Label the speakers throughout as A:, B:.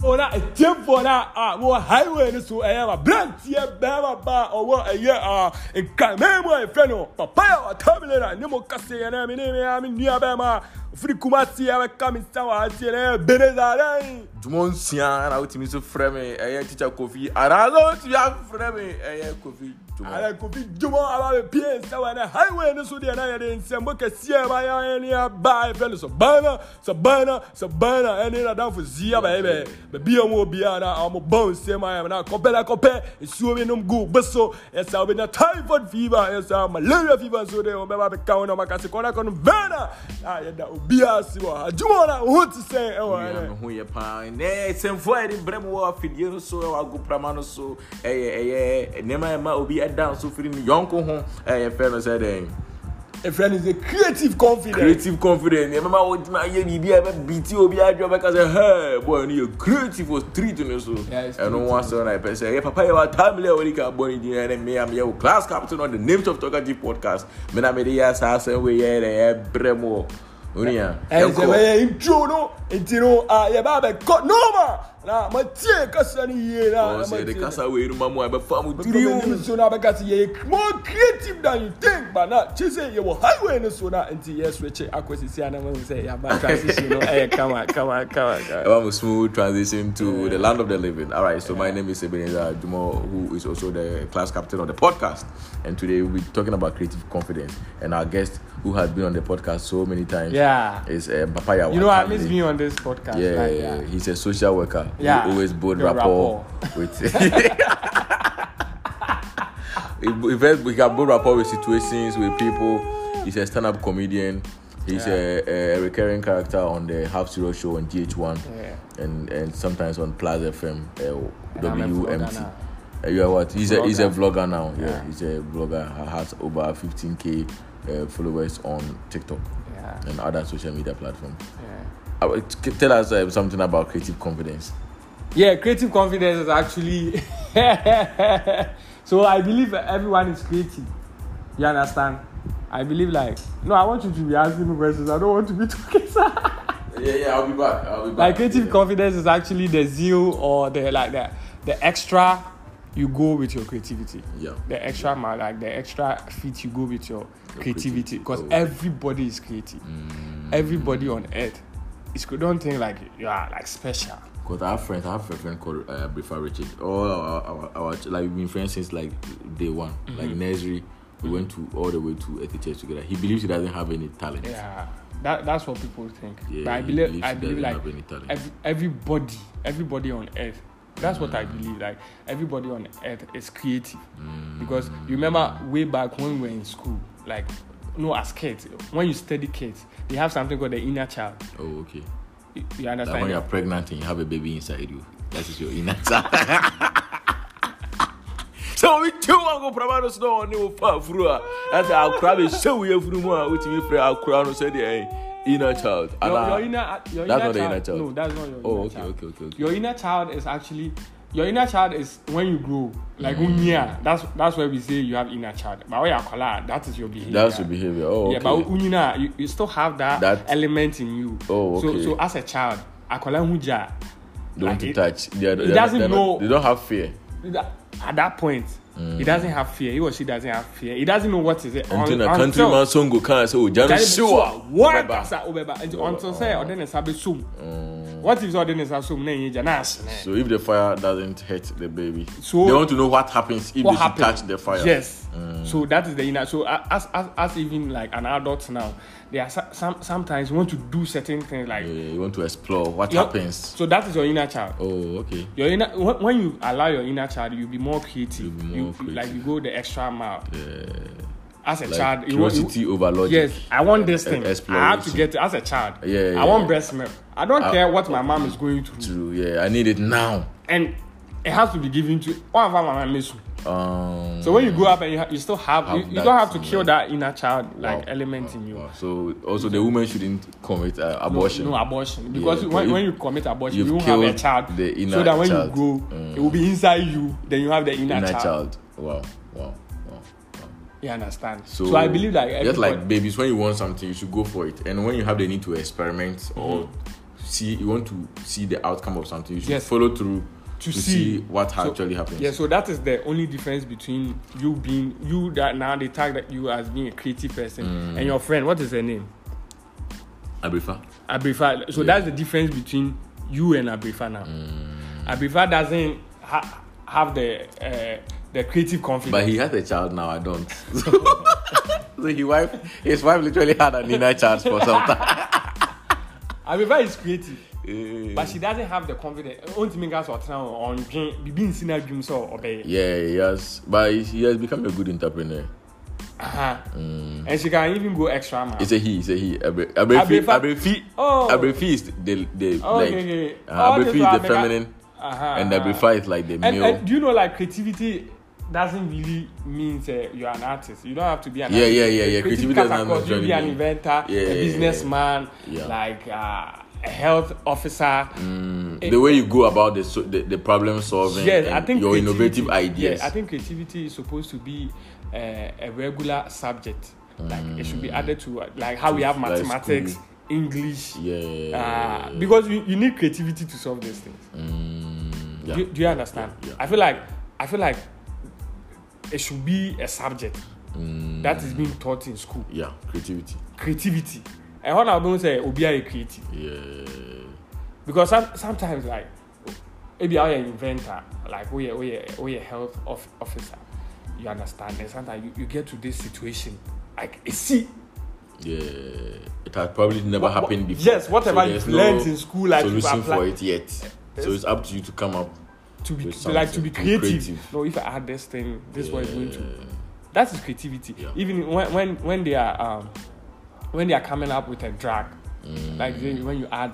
A: wɔn a ɛtiɛfoɔ no a e a wɔwɔ highway no so ɛyɛ ma beranteɛ bɛrima ba a ɔwɔ ɛyɛ a nkraman mu a yɛfrɛ no papaya ɔtabile na ne mu kase yɛn na mi ne mi a mi nua bɛrima a ofiri kumasi a bɛka mi nsa wɔ ase na ɛyɛ benezaren.
B: dwuma nsia na wotumi nso frɛ me ɛyɛ tikya kofi anaasɛ wotumi afrɛ me ɛyɛ kofi dwuma
A: ala kofi jumɔ ala bɛ pie nsawa na highway ni so deɛ na yɛde nsɛmbo kɛseɛ ba yɛ ni a ba yɛ fɛn no sɛ ban na sɛ ban na sɛ ban na ɛni na danfo zia ba yɛ bɛ bɛ bi yɛn mu obiara na ɔmo bɔn nsɛm ayɛ na kɔpɛ la kɔpɛ nsuo bi nom gu bɛ so ɛsɛ ɔbɛ na typhoid fever ɛsɛ malaria fever nso de ɔmo bɛ ba bɛ kan na ɔmo akasi kɔnɔ kɔnɔ bɛn na a yɛ da obiara si wɔ ha jumɔ na o ti sɛ ɛwɔ
B: Ewia, me
A: ɛnɛ
B: ho yɛ paa nɛ sɛmfo a yɛde brɛ me wɔ afidie no so ɛwɔ agoprama no so ɛyɛ ɛyɛ nneɛma a ɛma obi ɛda nso firi ne yɔnko ho ɛyɛ fɛ no sɛ dɛn
A: efra ni sɛ creative confidence.
B: creative confidence nneɛma ma wotumi ayɛ biribi a ɛbɛbiti obi adwa bɛka sɛ hɛ boy no yɛ creative wɔ street no so
A: Yeah, it's
B: ɛno ho asɛm na ɛpɛ sɛ ɛyɛ papa yɛ wɔ atamele a wɔde ka bɔ ne gyina ne mmea meyɛ wo class captain on the names of talkative podcast me na mede yɛ saa asɛm wei yɛ dɛ yɛbrɛ mu wɔ onua
A: ɛnzɛ bɛyɛ intro no nti no Ah, a yɛbɛ abɛkɔ noma na matie kasa no yie na na
B: sɛ
A: matie
B: yɛde
A: no.
B: kasa wei no ma mu a ɛbɛfa mo
A: Because ɛnim
B: tiriw
A: so na bɛka sɛ yɛyɛ more creative than you think ba na kye sɛ yɛwɔ highway no so na nti yɛswɛkye akɔ sesia na mahu sɛ yɛaba transition no ɛyɛ kama kama kama kama.
B: That was a smooth transition to the land of the living. All right, so my name is Ebenezer Jumo, who is also the class captain of the podcast. And today we'll be talking about creative confidence. And our guest, who has been on the podcast so many times,
A: Yeah.
B: is uh, Papaya.
A: you know i
B: Watambi.
A: miss being on this podcast
B: Yeah,
A: like,
B: yeah, he's a social worker.
A: Yeah,
B: He always build
A: build
B: rapport, with. He bu- he first- he can build rapport with situations, with people. He's a stand-up comedian. He's a, a recurring character on the Half Zero Show on GH1,
A: Yeah.
B: and and sometimes on Plaza FM, uh,
A: And I'm a
B: WMT.
A: vlogger now.
B: Uh, you are what? He's a he's a
A: Vlogger.
B: vlogger now. Yeah,
A: Yeah.
B: he's a vlogger. He has over 15k uh, followers on TikTok
A: yeah,
B: and other social media platforms.
A: yeah.
B: I would- c- Tell us uh, something about creative confidence.
A: Yeah, creative confidence is actually. so I believe everyone is creative. You understand? I believe like no, I want you to be asking me questions. I don't want to be talking.
B: Yeah, yeah, I'll be back. I'll be back.
A: like creative confidence is actually the zeal or the like the the extra you go with your creativity.
B: Yeah.
A: The extra mile, like the extra feet you go with your creativity, Mm. because
B: oh.
A: everybody is creative.
B: Mm.
A: Everybody on earth is. cre- Don't think like you are like special.
B: Because I have friends, I have a friend called uh, Brifa Richard. All our, our, our, like we've been friends since like day one,
A: Mm-hmm.
B: like nursery. We went to all the way to SHS together. He believes he doesn't have any talent.
A: Yeah, that, that's what people think.
B: Yeah,
A: but I
B: he
A: believe,
B: believes
A: I
B: he
A: believe
B: doesn't
A: like
B: have any talent.
A: every, everybody, everybody on earth. That's what
B: Mm.
A: I believe. Like everybody on earth is creative because you remember way back when we were in school, like no, as kids, when you study kids, they have something called the inner child.
B: Oh, okay.
A: You, you
B: Like when
A: understand?
B: you're pregnant and you have a baby inside you, that is your inner child. So we two want go probably snow on the far through. That's our crab is so we have room with me for our crown said the eh, inner child.
A: your,
B: And, uh,
A: your inner, your inner,
B: that's not the
A: child,
B: inner child.
A: No, that's not your
B: Oh,
A: inner
B: okay,
A: child.
B: okay, okay, okay.
A: Your inner child is actually your inner child is when you grow, like
B: Mm.
A: unya. That's that's where we say you have inner child. But when you are kola, that is your behavior.
B: That's your behavior. Oh, okay.
A: Yeah, but unyina, you, you still have that,
B: That-
A: element in you.
B: Oh, okay.
A: So so as a child, akola huja.
B: don't
A: like, it-
B: touch. They are,
A: he
B: they are-
A: doesn't
B: they are not-
A: know-
B: They don't have fear.
A: At that point, he doesn't have fear. He or she doesn't have fear. He doesn't know what is it. un-
B: Mm. Until a countryman song go can say, "Oh, Janu
A: Jare
B: Siwa,
A: What?
B: Obeba." Mm.
A: Asa obeba. Until until say ọdẹ nisa be sum. What if ọdẹ nisa sum na yin jẹ na asin ẹ?
B: So if the fire doesn't hurt the baby,
A: So-
B: they want to know what happens if
A: What
B: they should
A: happened?
B: touch the fire. Mm.
A: Yes. So that is the inner. So a- as as as even like an adult now, there are so- some sometimes you want to do certain things like.
B: Yeah, Eh, you want to explore what
A: Your-
B: happens.
A: So that is your inner child.
B: Oh, okay.
A: Your inner when when you allow your inner child, you'll be more creative.
B: You'll be more
A: you,
B: creative.
A: Like you go the extra mile.
B: Yeah.
A: As a
B: Like
A: child, you want- you-
B: curiosity over logic.
A: Yes, I want this
B: E-
A: thing. I
B: exploration.
A: have to get it as a child.
B: Yeah, yeah,
A: I want
B: yeah. Ah.
A: breast milk. I don't
B: I-
A: care what my mom is going through.
B: True. Yeah, I need it now.
A: and it has to be given to one of our miss you.
B: Um,
A: So when you grow up and you, ha- you still have,
B: Have
A: you, you
B: that
A: don't have to
B: in
A: kill
B: you.
A: that inner child like
B: wow,
A: element
B: wow,
A: in you.
B: wow. So also the woman shouldn't commit uh,
A: No-
B: abortion.
A: No, abortion. Because
B: Yeah,
A: when,
B: you-
A: when you commit abortion, you
B: you've
A: won't have a
B: killed
A: child.
B: the inner
A: so that when
B: child. Mm.
A: you grow, it will be inside you. Then you have the inner,
B: inner
A: child.
B: child. Wow, wow, wow. wow.
A: You understand?
B: So,
A: So, I believe like
B: just
A: everybody- Mm-hmm.
B: like babies, when you want something, you should go for it. And when you have the need to experiment or see you want to see the outcome of something, you should
A: Yes.
B: follow through
A: To
B: to,
A: see.
B: see, what
A: So-
B: actually happens.
A: Yeah, so that is the only difference between you being you that now they tag that you as being a creative person
B: Mm.
A: and your friend. What is her name?
B: Abrifa.
A: Abrifa. So
B: Yeah.
A: that's the difference between you and Abrifa now.
B: Mm.
A: Abrifa doesn't ha- have the uh, the creative confidence.
B: But he has a child now, I don't. so he wife his wife literally had an inner child for some time.
A: Abrifa is creative.
B: Eh,
A: But she doesn't have the confidence. Only make us what now on being seen at dream so obey.
B: yeah, yes. But he- he has become a good entrepreneur.
A: Uh-huh. And she can even go extra mile.
B: Mm. It's a he, it's a he. Abre- Abrefi
A: Abrefa-
B: Abrefi
A: Oh.
B: Abrefi is the the
A: Oh,
B: like
A: okay, okay.
B: uh,
A: All
B: Abrefi
A: this
B: is
A: one,
B: the
A: make I-
B: feminine
A: Uh-huh,
B: and
A: uh-huh.
B: Abrefa is like the
A: And,
B: male.
A: and do you know like creativity doesn't really mean uh, you're an artist. You don't have to be an
B: Yeah,
A: artist.
B: yeah, yeah, yeah.
A: Creative
B: Creativity
A: comes
B: doesn't
A: across, you
B: necessarily
A: be an
B: mean-
A: inventor,
B: Yeah, yeah,
A: a
B: yeah, yeah.
A: businessman,
B: Yeah.
A: like uh, a health officer. Eh,
B: Mm, the way you go about the so, the, the problem solving
A: yes,
B: and
A: I think
B: your
A: creativity-
B: innovative ideas.
A: Yeah, I think creativity is supposed to be uh, a regular subject. Like it should be added to uh, like how we have
B: like Mm. school.
A: mathematics, English.
B: yeah,
A: Uh, because you, you need creativity to solve these things.
B: Mm, yeah.
A: do, do you understand?
B: yeah.
A: I feel like I feel like it should be a subject
B: Mm,
A: that is being taught in school.
B: yeah, creativity.
A: Creativity. And what I'm going to say, Obi are creative
B: Yeah.
A: because some, sometimes like maybe I'm an inventor, like oh, we are we are we are health of, officer. You understand? And sometimes you, you get to this situation, like eh, see
B: Yeah. It has probably never
A: what- what-
B: happened before.
A: Yes, whatever
B: So
A: you've
B: there's no
A: learned in school, like you've
B: solution for
A: applied
B: it yet. So it's up to you to come up
A: to be
B: with
A: like to
B: something
A: be creative.
B: creative.
A: No, if I add this thing, this one is going to
B: Yeah.
A: that is creativity
B: Yeah.
A: even when, when when they are um when they are coming up with a drug like they,
B: Mm.
A: when you add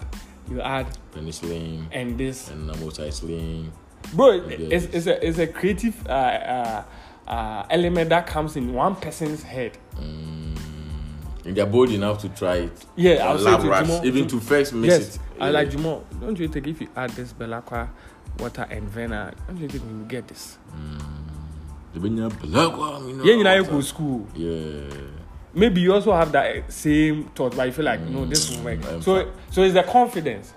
A: you add
B: penicillin
A: and this
B: Mm, and amoxicillin.
A: bro
B: Yeah.
A: it's, it's a it's a creative uh, uh, uh, element that comes in one person's head
B: Mm. If they're bold enough to try it,
A: Yeah,
B: or
A: I'll say
B: lab
A: to
B: rats,
A: Jumo-
B: even
A: Jum-
B: to first mix
A: yes
B: it.
A: i
B: yeah.
A: like Jumo, don't you think if you add this belacqua water and vena don't you think you will get this
B: The Benya black one, you know,
A: yeah you know you
B: water.
A: go to school
B: Yeah.
A: maybe you also have that eh, same thought but you feel like no this will work
B: I'm
A: so so it's the confidence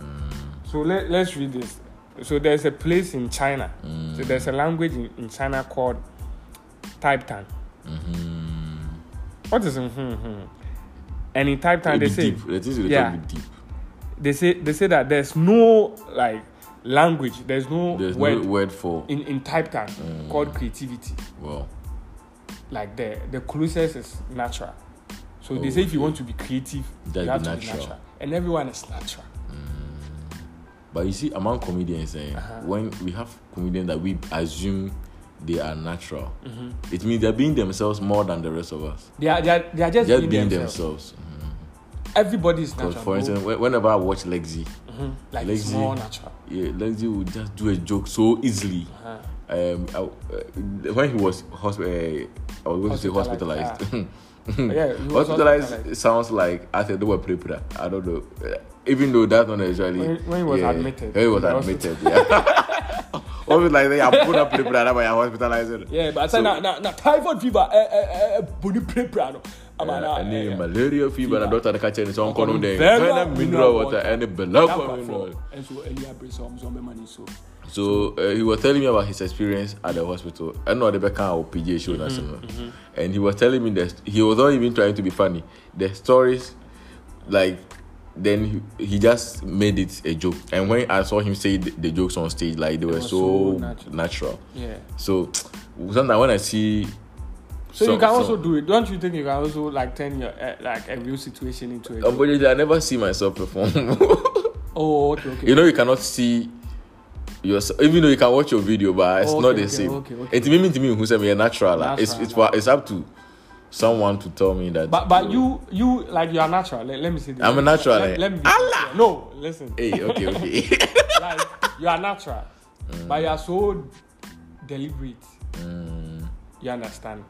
B: Mm.
A: so let, let's read this so there's a place in china
B: Mm.
A: so there's a language in, in china called type tan
B: Mm-hmm.
A: What is mm-hmm? and in type tan
B: It'll
A: they
B: be
A: say
B: deep. It is
A: Yeah.
B: yeah. deep.
A: they say they say that there's no like language there's no
B: There's
A: word
B: no Mm. word for
A: in in type tan called creativity
B: well.
A: like the the closest is natural. So they say if you
B: Okay.
A: want to be creative,
B: Just
A: you
B: be
A: have to
B: natural.
A: be natural, and everyone is natural.
B: But you see, among comedians, eh,
A: Uh-huh.
B: when we have comedians that we assume they are natural, it means they're being themselves more than the rest of us.
A: Mm-hmm. They are they are, they are just,
B: They're
A: being,
B: being
A: themselves.
B: themselves. Mm-hmm.
A: Everybody is
B: Because,
A: natural.
B: for
A: bro.
B: instance, whe- whenever I watch Lexi,
A: Mhm. like it's
B: lazy.
A: more natural.
B: yeah, Lexi would just do a joke so easily.
A: Uh-huh.
B: Um, I, uh, when he was hosp- uh, I was going to say
A: Hospitalized,
B: hospitalized.
A: yeah, he was
B: Hmm. hospitalized,
A: hospitalized.
B: sounds like I said they were prepra. I don't know. Uh, Even though that's not actually
A: When- when he was admitted
B: When he was
A: in the
B: admitted, yeah. Always like they are put up prepra, that's why I'm hospitalized.
A: Yeah, but I said
B: So-
A: now now now typhoid fever, eh eh eh, body prepper, no. I'm
B: Yeah,
A: not,
B: any
A: eh, eh,
B: malaria fever, and doctor catch any song
A: Uncle
B: condom there.
A: Vera
B: Kind of mineral
A: mineral
B: water,
A: water.
B: any
A: that
B: beloved
A: part for-
B: mineral.
A: and so earlier bring some some money so.
B: So uh, he was telling me about his experience at the hospital. I know the back of PJ
A: Mm-hmm,
B: show mm and he was telling me that he was not even trying to be funny. The stories, like, then he, he just made it a joke. And when I saw him say the, the jokes on stage, like they were
A: was
B: so,
A: so natural.
B: natural.
A: Yeah.
B: So sometimes when I see,
A: So you
B: some-
A: can also
B: some-
A: do it. Don't you think you can also like turn your eh, like a real situation into a joke?
B: Unfortunately, I never see myself perform.
A: Oh, okay, okay.
B: you know you cannot see yourself even though you can watch your video but it's
A: Oh,
B: not
A: okay,
B: the
A: okay,
B: same
A: okay, okay.
B: it mean to me who said me natural, natural it's
A: Natural,
B: it's, wa- it's up to someone to tell me that
A: But but you you like you are natural. Let, let me say this.
B: I'm a natural,
A: Let,
B: eh?
A: let me be Allah. No, listen.
B: hey okay okay
A: like you are natural,
B: Mm.
A: but you are so deliberate.
B: Mm,
A: You understand.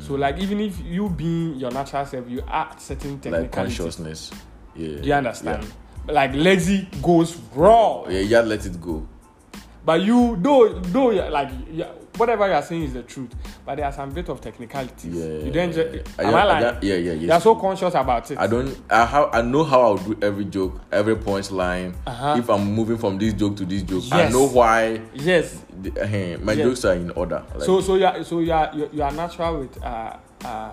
A: So like even if you being your natural self, you act certain
B: like
A: technicalities.
B: consciousness yeah
A: Do you understand? But Like lazy goes raw,
B: yeah yeah, yeah let it go
A: but you though though you're like you, whatever you are saying is the truth, but there are some bit of technicalities.
B: Yeah.
A: you don't. Ju-
B: I-
A: am I,
B: I-
A: lying?
B: that- yeah, yeah,
A: You are
B: yes.
A: so conscious about it.
B: I don't. I how I know how I'll do every joke, every punchline.
A: Uh-huh.
B: If I'm moving from this joke to this joke, I
A: Yes.
B: know why.
A: yes.
B: The, eh, my
A: Yes.
B: jokes are in order. Like,
A: so so you are so you are you, you are natural with uh uh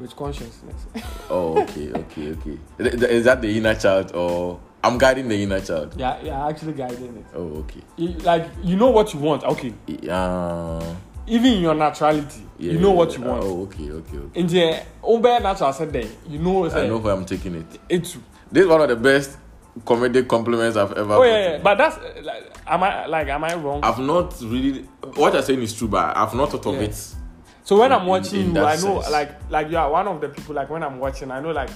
A: with consciousness.
B: oh, okay, okay, okay. Th- th- Is that the inner child or I'm guiding the inner child?
A: yeah, you are actually guiding it.
B: Oh, okay.
A: You- like you know what you want. Okay,
B: Uh,
A: even in your naturality,
B: yeah,
A: you know what you
B: yeah,
A: want.
B: Oh, okay, okay, okay.
A: In the Uber natural said there, you know eh,
B: I
A: say,
B: know where I'm taking it.
A: it's true.
B: This is one of the best comedic compliments I've ever.
A: Oh
B: gotten.
A: yeah, yeah, but that's uh, like am I like am I wrong?
B: I've not really. What you're saying is true, but I've not thought of
A: Yeah.
B: it.
A: So when I'm
B: in-
A: watching
B: in
A: you,
B: that
A: I know
B: sense.
A: like like you are one of the people. Like when I'm watching, I know like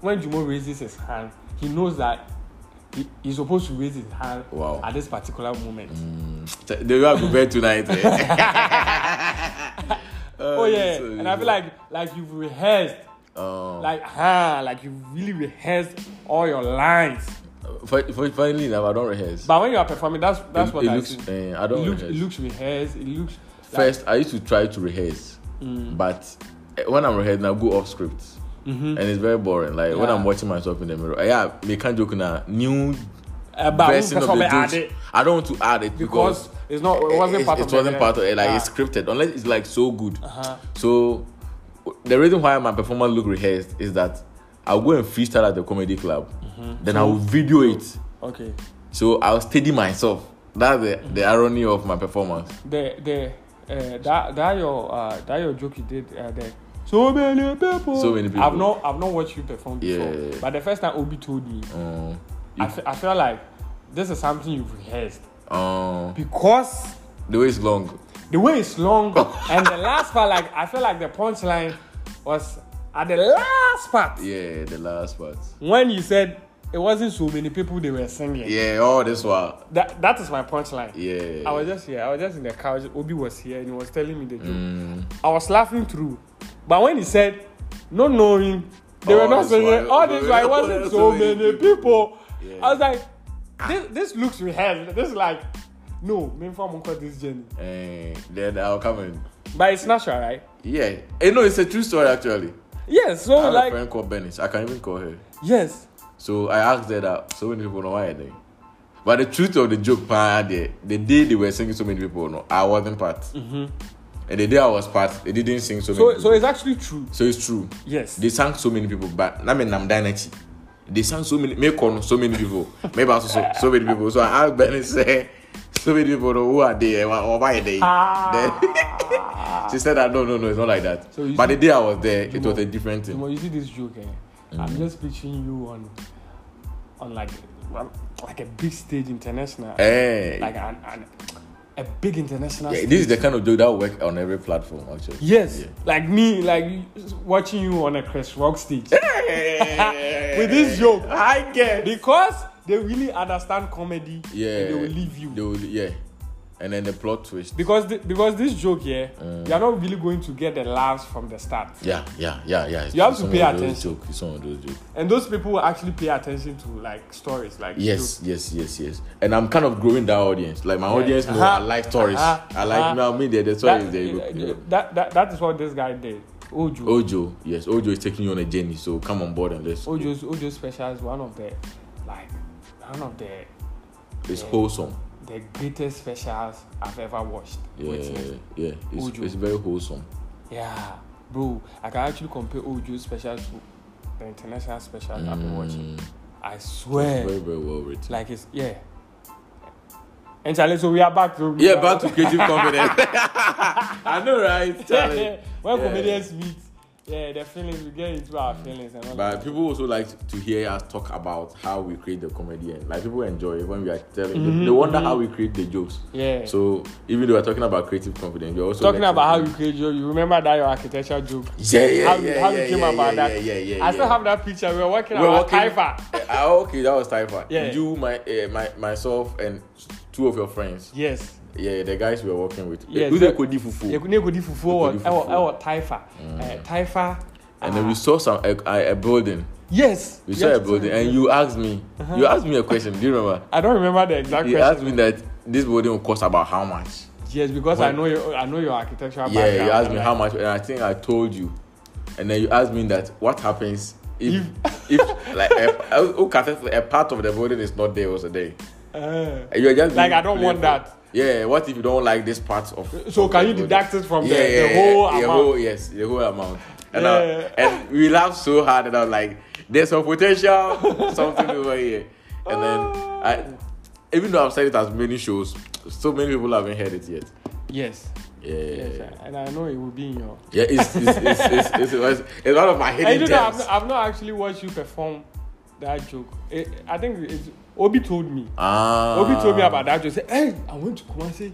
A: when Jumo raises his hand, he knows that he, he's supposed to raise his hand
B: Wow. Mm.
A: at this particular moment.
B: They will go bed tonight. eh?
A: oh yeah,
B: so-
A: and I feel like like you've rehearsed,
B: Um,
A: like huh, like you really rehearsed all your lines.
B: fi- fi- finally, now I don't rehearse.
A: But when you are performing, that's that's
B: it,
A: what
B: it
A: I
B: looks.
A: see.
B: eh, I
A: It
B: don't
A: looks, it
B: rehearse.
A: looks rehearsed. It looks like-
B: First, I used to try to rehearse,
A: Mm.
B: but eh, when I'm rehearsing, I go off script, and it's very boring. Like when
A: Mm-hmm. Yeah.
B: I'm watching myself in the mirror, eh, yeah, me can't joke now. New
A: uh, but who
B: version of
A: perform
B: the
A: it at
B: jokes.
A: it?
B: I don't want to add it
A: because
B: because.
A: it's not it wasn't part of
B: it wasn't
A: the-
B: part of it like
A: Ah.
B: it's scripted unless it's like so good
A: Uh-huh.
B: so w- the reason why my performance look rehearsed is that i'll go and freestyle at the comedy club
A: Mm-hmm.
B: then i'll video it
A: Okay.
B: so i'll steady myself that's the, the irony of my performance
A: the the uh, that that your uh, that your joke you did uh, the so many people.
B: So many people.
A: I've not I've not watched you perform before.
B: Yeah.
A: But the first time Obi told me,
B: um,
A: I fe- I felt like this is something you've rehearsed
B: um,
A: because
B: the way is long
A: the way it's long and the last part like I feel like the punchline was at the last part
B: yeah the last part
A: when you said it wasn't so many people they were singing.
B: yeah all this one
A: That that is my punchline.
B: yeah
A: I was just here. I was just in the couch. Obi was here and he was telling me the joke.
B: Mm.
A: I was laughing through. But when he said, not knowing, they were
B: All
A: not
B: Oh, this
A: saying
B: while-
A: all this while it wasn't so many people.
B: Yeah.
A: I was like, this, this looks rehearsed. This is like, no, me from Uncle this journey.
B: Eh, then i'll come in
A: But it's natural, right?
B: yeah Eh, no it's a true story actually
A: Yes, so
B: i have a
A: like,
B: friend called Benish. i can't even call her
A: yes.
B: So I asked her that so many people know why they. But the truth of the joke, pa, the, the day they were singing so many people, no, I wasn't part. And the day I was part, they didn't sing so,
A: Mm-hmm. So
B: many
A: so
B: people.
A: it's actually true.
B: So it's true.
A: Yes.
B: They sang so many people, but I mean, I'm dying They sang so many, make on so many people, maybe also so, so many people. So I asked Benny, say, so many people, no, who are they and why- or why are they? Then- she said that no, no, no, it's not like that.
A: So you
B: but the
A: see-
B: day I was there, it
A: Jumo,
B: was a different thing.
A: Timo, you see this joke, eh?
B: Mm-hmm.
A: I'm just picturing you on, on like, well, like a big stage international.
B: Eh,
A: Like an, an, a big international
B: Yeah,
A: stage.
B: this is the kind of joke that will work on every platform, actually.
A: Yes,
B: Yeah.
A: like me, like watching you on a Chris Rock stage with this joke. I get because they really understand comedy.
B: Yeah.
A: and they will leave you
B: They will, yeah. And then the plot twist.
A: because thi- because this joke here,
B: Uh.
A: you are not really going to get the laughs from the start,
B: yeah, yeah, yeah, yeah. It's-
A: You have
B: it's
A: to
B: one
A: pay
B: of those
A: attention.
B: Joke. It's one of those jokes.
A: and those people will actually pay attention to like stories like
B: Yes, yes, yes, yes. And I'm kind of growing that audience. Like my audience, more,
A: Uh-huh.
B: I like stories.
A: Uh-huh.
B: I like, you know what I mean? They're the
A: That,
B: stories. They go.
A: that, that that is what this guy did. Ojo.
B: Ojo, yes, Ojo is taking you on a journey, so come on board and let's.
A: Ojo's Ojo special is one of the like one of the
B: It's wholesome.
A: the greatest specials I've ever watched.
B: Yeah,
A: witnessed.
B: yeah. It's,
A: Ojo.
B: it's very wholesome.
A: Yeah, bro, I can actually compare Ojo's special to the international special I've been watching. I
B: Very,
A: swear,
B: Mm. very well written.
A: like it's yeah. And Charlie, so we are back to
B: yeah, back to creative confidence. I know, right? Charlie?
A: when
B: Yeah.
A: comedians meet, yeah, the feelings we get into our feelings and all
B: But
A: that.
B: people also like to hear us talk about how we create the comedy, and like people enjoy it when we are telling.
A: Mm-hmm,
B: They, they wonder how we create the jokes.
A: Yeah.
B: So even though we're talking about creative confidence, we're also
A: Talking
B: like-
A: about how you create your, you remember that your architecture joke.
B: yeah, yeah,
A: how,
B: yeah,
A: how
B: yeah,
A: you came
B: yeah,
A: about
B: yeah,
A: that.
B: Yeah, yeah, yeah.
A: I still have that picture. We were working
B: We're
A: on our
B: working-
A: Kaifa.
B: Ah, okay, that was Taifa.
A: Yeah.
B: You, my, uh, my, myself, and two of your friends.
A: Yes.
B: Yeah, the guys we were working with.
A: Yeah,
B: Who they
A: the-
B: Kodi Fufu.
A: Yeah, ne kodi fufuo wɔ
B: Ekodi
A: ɛwɔ
B: fufuo.
A: ɛwɔ taifa
B: Mm.
A: ɛɛ taifa.
B: And then
A: ah,
B: we saw some a, a, a building.
A: yes.
B: We
A: yes,
B: saw a
A: it's
B: building,
A: true.
B: and you asked me. You asked me a question. Do you remember?
A: I don't remember the exact
B: You
A: Uh-huh. question.
B: asked me that this building will cost about how much.
A: Yes, because I
B: When-
A: know your I know your architectural
B: yeah,
A: background.
B: you asked me
A: and
B: how
A: I-
B: much, and I think I told you, and then you asked me that what happens if if, like a, a, a part of the building is not there also there.
A: Eh.
B: And You're just
A: Like,
B: being
A: I don't want
B: playful.
A: that.
B: Yeah, what if you don't like this part of?
A: So
B: of
A: can
B: the
A: you
B: building?
A: deduct it from the-
B: Yeah,
A: the
B: yeah,
A: whole
B: yeah, the
A: amount?
B: whole- yes, the whole amount. And, I-
A: Yeah.
B: and we laughed so hard, and I'm like, "There's some potential, something over here." And then I, even though I've said it as many shows, so many people haven't heard it yet.
A: Yes.
B: Yeah.
A: Yes, I- and I know it will be in your.
B: Yeah, it's it's it's it's, it's, it's, it's one of my
A: I don't
B: hidden
A: know. I've,
B: gems.
A: not- I've not actually watched you perform that joke. Eh, I think it's, Obi told me.
B: Ah,
A: Obi told me about that joke. Say, hey, I went to come and say,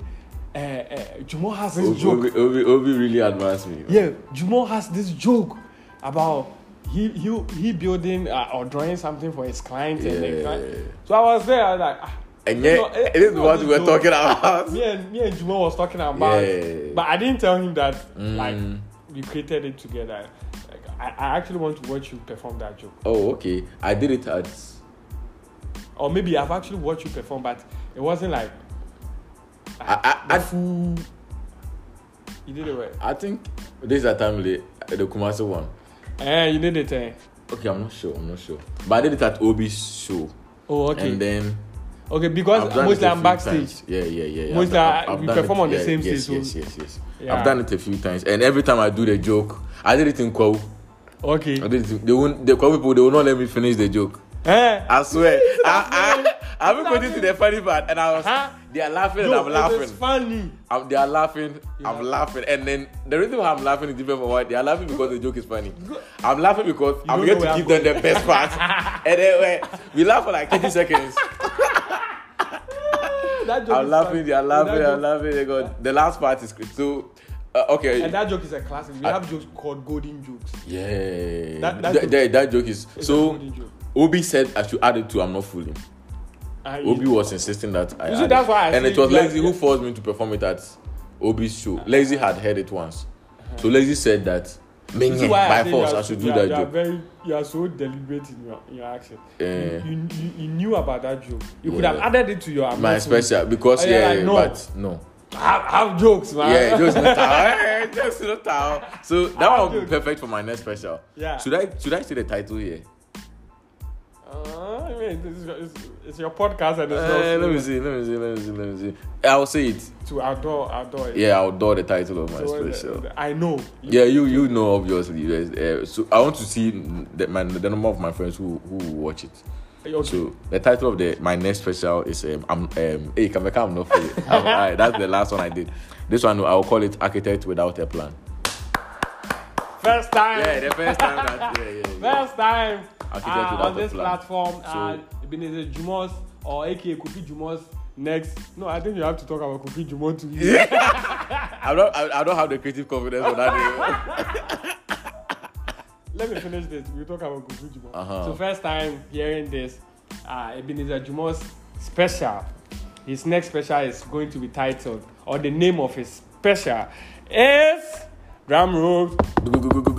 A: uh, uh, Jumo has this
B: Obi,
A: joke.
B: Ah. Obi, Obi, Obi really advanced me.
A: Yeah, Jumo has this joke about he he he building uh, or drawing something for his client. And the
B: Yeah.
A: client. So I was there. I was like, ah.
B: and yet
A: No, eh,
B: this is
A: no,
B: what
A: this
B: we were
A: joke.
B: talking about.
A: me and me and Jumo was talking about,
B: Yeah.
A: but I didn't tell him that like
B: Mm.
A: we created it together. Like, I, I actually want to watch you perform that joke,
B: Oh, okay. I did it at
A: or maybe I've actually watched you perform, but it wasn't like
B: I I, I,
A: you did it well.
B: I think this is a time the the Kumasi one.
A: Eh, you did it. Eh.
B: Okay, I'm not sure. I'm not sure. But I did it at Obi's show,
A: Oh, okay,
B: and then
A: okay. Because
B: I've done
A: mostly
B: it a
A: I'm
B: few
A: backstage.
B: times. Yeah, yeah, yeah. yeah.
A: Mostly
B: I've-
A: I-
B: I've
A: we
B: done it.
A: perform on the
B: Yeah,
A: same
B: yes,
A: stage,
B: Yes,
A: so-
B: yes, yes.
A: Yeah.
B: I've done it a few times, and every time I do the joke, I did it in Kwao.
A: Okay.
B: I did it in- They won't. The Kwao people they will not let me finish the joke.
A: Eh,
B: I swear. I, I, I haven't
A: Isn't that
B: gotten to the funny part, and I was.
A: Huh?
B: They are laughing, and
A: no,
B: I'm
A: It was
B: laughing.
A: funny.
B: I'm, they are laughing. I'm
A: laugh.
B: laughing, and then the reason why I'm laughing is different from why they are laughing because the joke is funny. I'm laughing because I'm
A: don't
B: here
A: know where
B: to give
A: I'm
B: them the best part, and then we, we laugh for like 30 seconds.
A: That joke
B: I'm
A: is
B: laughing.
A: funny.
B: They are laughing.
A: That
B: They
A: joke-
B: are laughing. They got the last part is so uh, okay.
A: And that joke is a classic. We
B: I-
A: have jokes called golden jokes.
B: yeah,
A: That- that
B: that, that,
A: joke-
B: that, joke. is
A: It's a
B: so.
A: golden joke.
B: Obi said I should add it to I'm not fooling.
A: Ah, you-
B: Obi was insisting that I.
A: You see,
B: add it.
A: that's why I
B: and
A: say
B: it was
A: like-
B: Lazy who forced me to perform it at Obi's show. Lazy had heard it once, so Lazy said that.
A: You
B: "Menye,
A: see why
B: by
A: say
B: force,
A: you are-
B: I should do
A: you are-
B: that
A: you Are
B: joke.
A: very, you are so deliberate in your, in your action.
B: Eh.
A: You, you, you knew about that joke. You could
B: Yeah.
A: have added it to your. I'm
B: My
A: not fully-
B: special because
A: Oh, yeah,
B: yeah,
A: like, no.
B: but no.
A: Have, have jokes, man.
B: Yeah, just not out. just not out. So that one would be
A: Ah, Dude.
B: perfect for my next special.
A: Yeah.
B: Should I should I say the title here?
A: Ah, I mean, this is your- it's, it's your podcast and it's
B: Uh,
A: not
B: let me see. Let me see. Let me see. Let me see. I'll say it.
A: to outdoor outdoor. it.
B: Yeah, I'll draw the title of my
A: So, uh,
B: special.
A: I know.
B: Yeah, you you know obviously. There's, Uh, so I want to see the, my, the number of my friends who who will watch it.
A: Okay.
B: So the title of the my next special is um I'm um hey Kameka I'm not for you. Um, alright, that's the last one I did. This one I'll call it Architect Without a Plan.
A: First time.
B: Yeah, the first time that yeah yeah. yeah.
A: First time
B: Architect
A: uh, on
B: without a
A: this
B: plan.
A: platform, uh,
B: So-
A: Ebenezer Jumos or aka Kofi Jumos next. No, I think you have to talk about Kofi Jumos too.
B: I don't I, I don't have the creative confidence for that. name.
A: Let me finish this. We'll talk about Kofi Jumos.
B: Uh-huh.
A: So, first time hearing this, uh, Ebenezer Jumos special. His next special is going to be titled, or the name of his special is Drum Roll.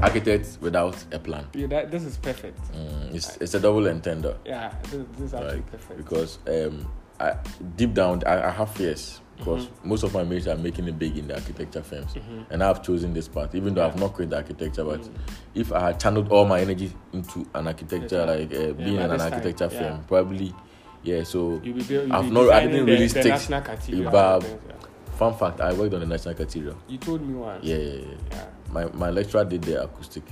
B: Architect without a plan.
A: Yeah, that, this is perfect.
B: Mm, it's it's a double entendre.
A: Yeah, this, this is actually
B: Like,
A: perfect.
B: because um, I, deep down, I, I have fears because
A: Mm-hmm.
B: most of my mates are making it big in the architecture firms, and I've chosen this path, even though I've not quit the architecture. But
A: Mm. Mm-hmm.
B: if I had channeled all my energy into an architecture,
A: Yes,
B: like uh, being
A: by
B: in an
A: this time,
B: architecture
A: yeah.
B: firm, probably, yeah. So
A: You'll be, build- you'll
B: I've
A: be
B: not- I
A: designing
B: didn't
A: the,
B: really
A: the
B: stick
A: national cathedral.
B: Ibab.
A: Yeah.
B: fun fact, I worked on the national cathedral.
A: You told me once.
B: Yeah, yeah, yeah.
A: Yeah.
B: My my lecturer did the acoustic,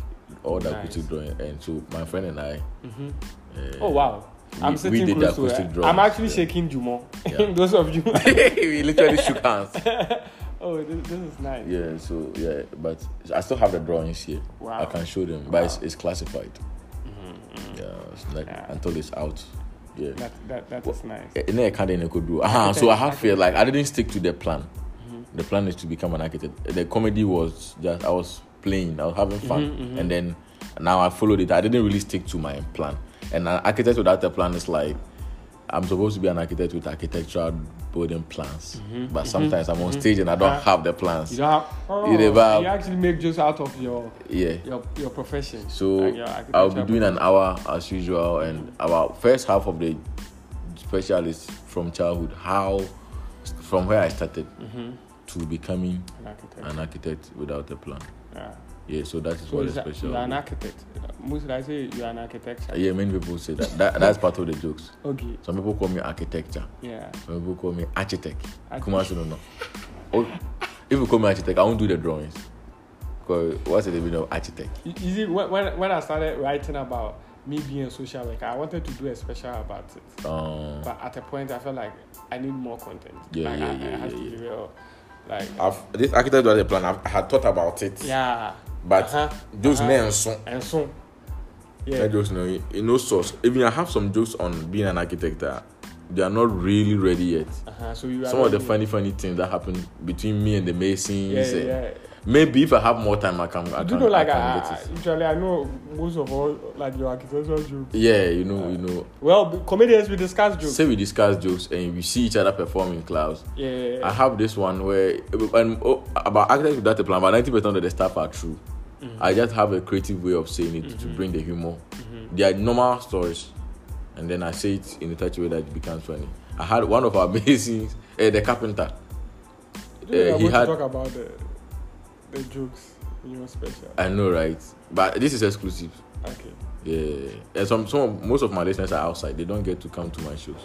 B: all the
A: Nice.
B: acoustic drawing, and so my friend and I. uh,
A: Oh wow. I'm
B: We- we
A: sitting
B: did the
A: close to
B: acoustic
A: her.
B: drums,
A: I'm actually
B: yeah.
A: shaking Jumo.
B: Yeah.
A: Those of you.
B: we literally shook hands.
A: oh, this, this is nice.
B: Yeah, so yeah, but I still have the drawings here.
A: Wow.
B: I can show them, but it's, it's classified. Yeah, it's like
A: Yeah.
B: until it's out. Yeah.
A: That that that is nice.
B: Eh, na ɛka deɛ na ɛkɔ duro. Aha, Ah, so I have fear. Like I didn't stick to the plan.
A: Mm-hmm.
B: The plan is to become an architect. The comedy was just I was playing, I was having fun,
A: Mm-hmm,
B: and then now I followed it. I didn't really stick to my plan. And an architect without a plan is like I'm supposed to be an architect with architectural building plans, Mm-hmm. but sometimes I'm on stage and I don't
A: Mm-hmm. Ah.
B: have the plans.
A: You don't have. Oh,
B: You never-
A: you actually make jokes out of your
B: Yeah.
A: your your profession.
B: So
A: and your
B: I'll
A: architecture.
B: be doing an hour as usual, and about first half of the special is from childhood, how from where I started
A: Mm-hmm.
B: to becoming
A: An architect.
B: an architect without a plan.
A: yeah.
B: Yeah, so that is
A: So
B: what
A: is
B: is
A: that-
B: special.
A: you're an architect. Most should I say you're an architect.
B: yeah, many people say that. that. That's part of the jokes.
A: Okay.
B: Some people call me architecture.
A: Yeah.
B: Some people call me architect.
A: Arch-
B: Kumasi don't know. Oh, if you call me architect, I won't do the drawings. 'Cause what's the meaning of architect?
A: You you see, when, when when I started writing about me being a social worker, I wanted to do a special about it.
B: Um,
A: But at a point, I felt like I need more content.
B: Yeah,
A: like,
B: yeah,
A: I,
B: yeah,
A: I have
B: yeah,
A: to
B: yeah.
A: be real. Like,
B: I've, this architect without a plan, I've, I had thought about it.
A: yeah.
B: But
A: Uh-huh.
B: those
A: Uh-huh.
B: men, so
A: And so,
B: I
A: yeah.
B: just know in in no source. Even I have some jokes on being an architect that they are not really ready yet.
A: Uh-huh. So you are
B: Some of the
A: not-
B: funny, funny things that happened between me and the Masons.
A: Yeah,
B: eh,
A: yeah.
B: Maybe if I have more time, I can. I
A: Do
B: can,
A: you know, like,
B: I can
A: I,
B: get it.
A: usually I know most of all, like, your architectural jokes.
B: Yeah, you know, you know.
A: Well, b- comedians, we discuss jokes.
B: Say we discuss jokes and we see each other perform in class.
A: Yeah, yeah,
B: I
A: yeah.
B: have this one where and oh, about architects without a plan, about ninety percent of the stuff are true.
A: Mm-hmm.
B: I just have a creative way of saying it to bring the humor.
A: Mm-hmm.
B: They are normal stories, and then I say it in such a way that it becomes funny. I had one of our amazing, uh, the carpenter.
A: Do you
B: uh,
A: know
B: he
A: we are
B: had-
A: going to talk about the, the jokes in your special.
B: I know, right? But this is exclusive.
A: Okay.
B: Yeah, and some some of- most of my listeners are outside. They don't get to come to my shows.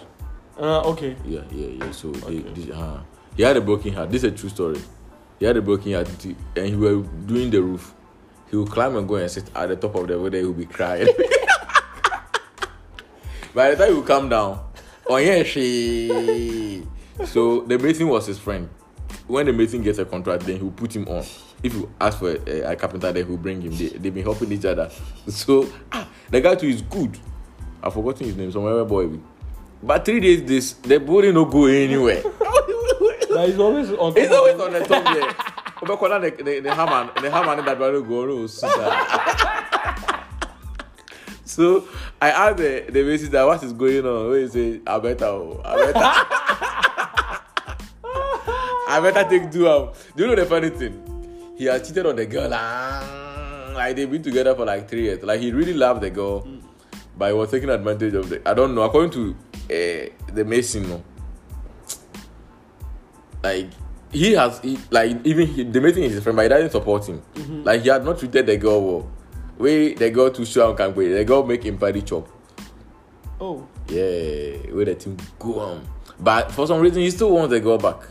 A: Uh, okay.
B: Yeah, yeah, yeah. So they,
A: Okay.
B: this, uh, he had a broken heart. This is a true story. He had a broken heart, t- and he were doing the roof. He would climb and go and sit at the top of the where he would be crying. By the time he would come down, oh yeah, she. So the mason was his friend. When the mason gets a contract, then he'll put him on. If you ask for a, a carpenter, then he'll bring him. They, they've been helping each other. So ah, the guy too is good. I've forgotten his name. Somewhere boy. But three days this, the body no go anywhere.
A: But it's always on
B: It's always on the top there. Obe kola the the the hammer the hammer that brother go no sister. So I asked the the basis that what is going on. Wey say I better oh, I better I better take two out. Do you know the funny thing? He has cheated on the girl. ah, Like they've been together for like three years. Like he really loved the girl, but he was taking advantage of the. I don't know. According to uh, the Mason, no. like he has he, like even he, the mating is his friend, but he doesn't support him. Like he had not treated the girl well. Way the girl too strong can go. The girl make him party chop.
A: Oh.
B: Yeah, where the team go on. But for some reason, he still wants the girl back.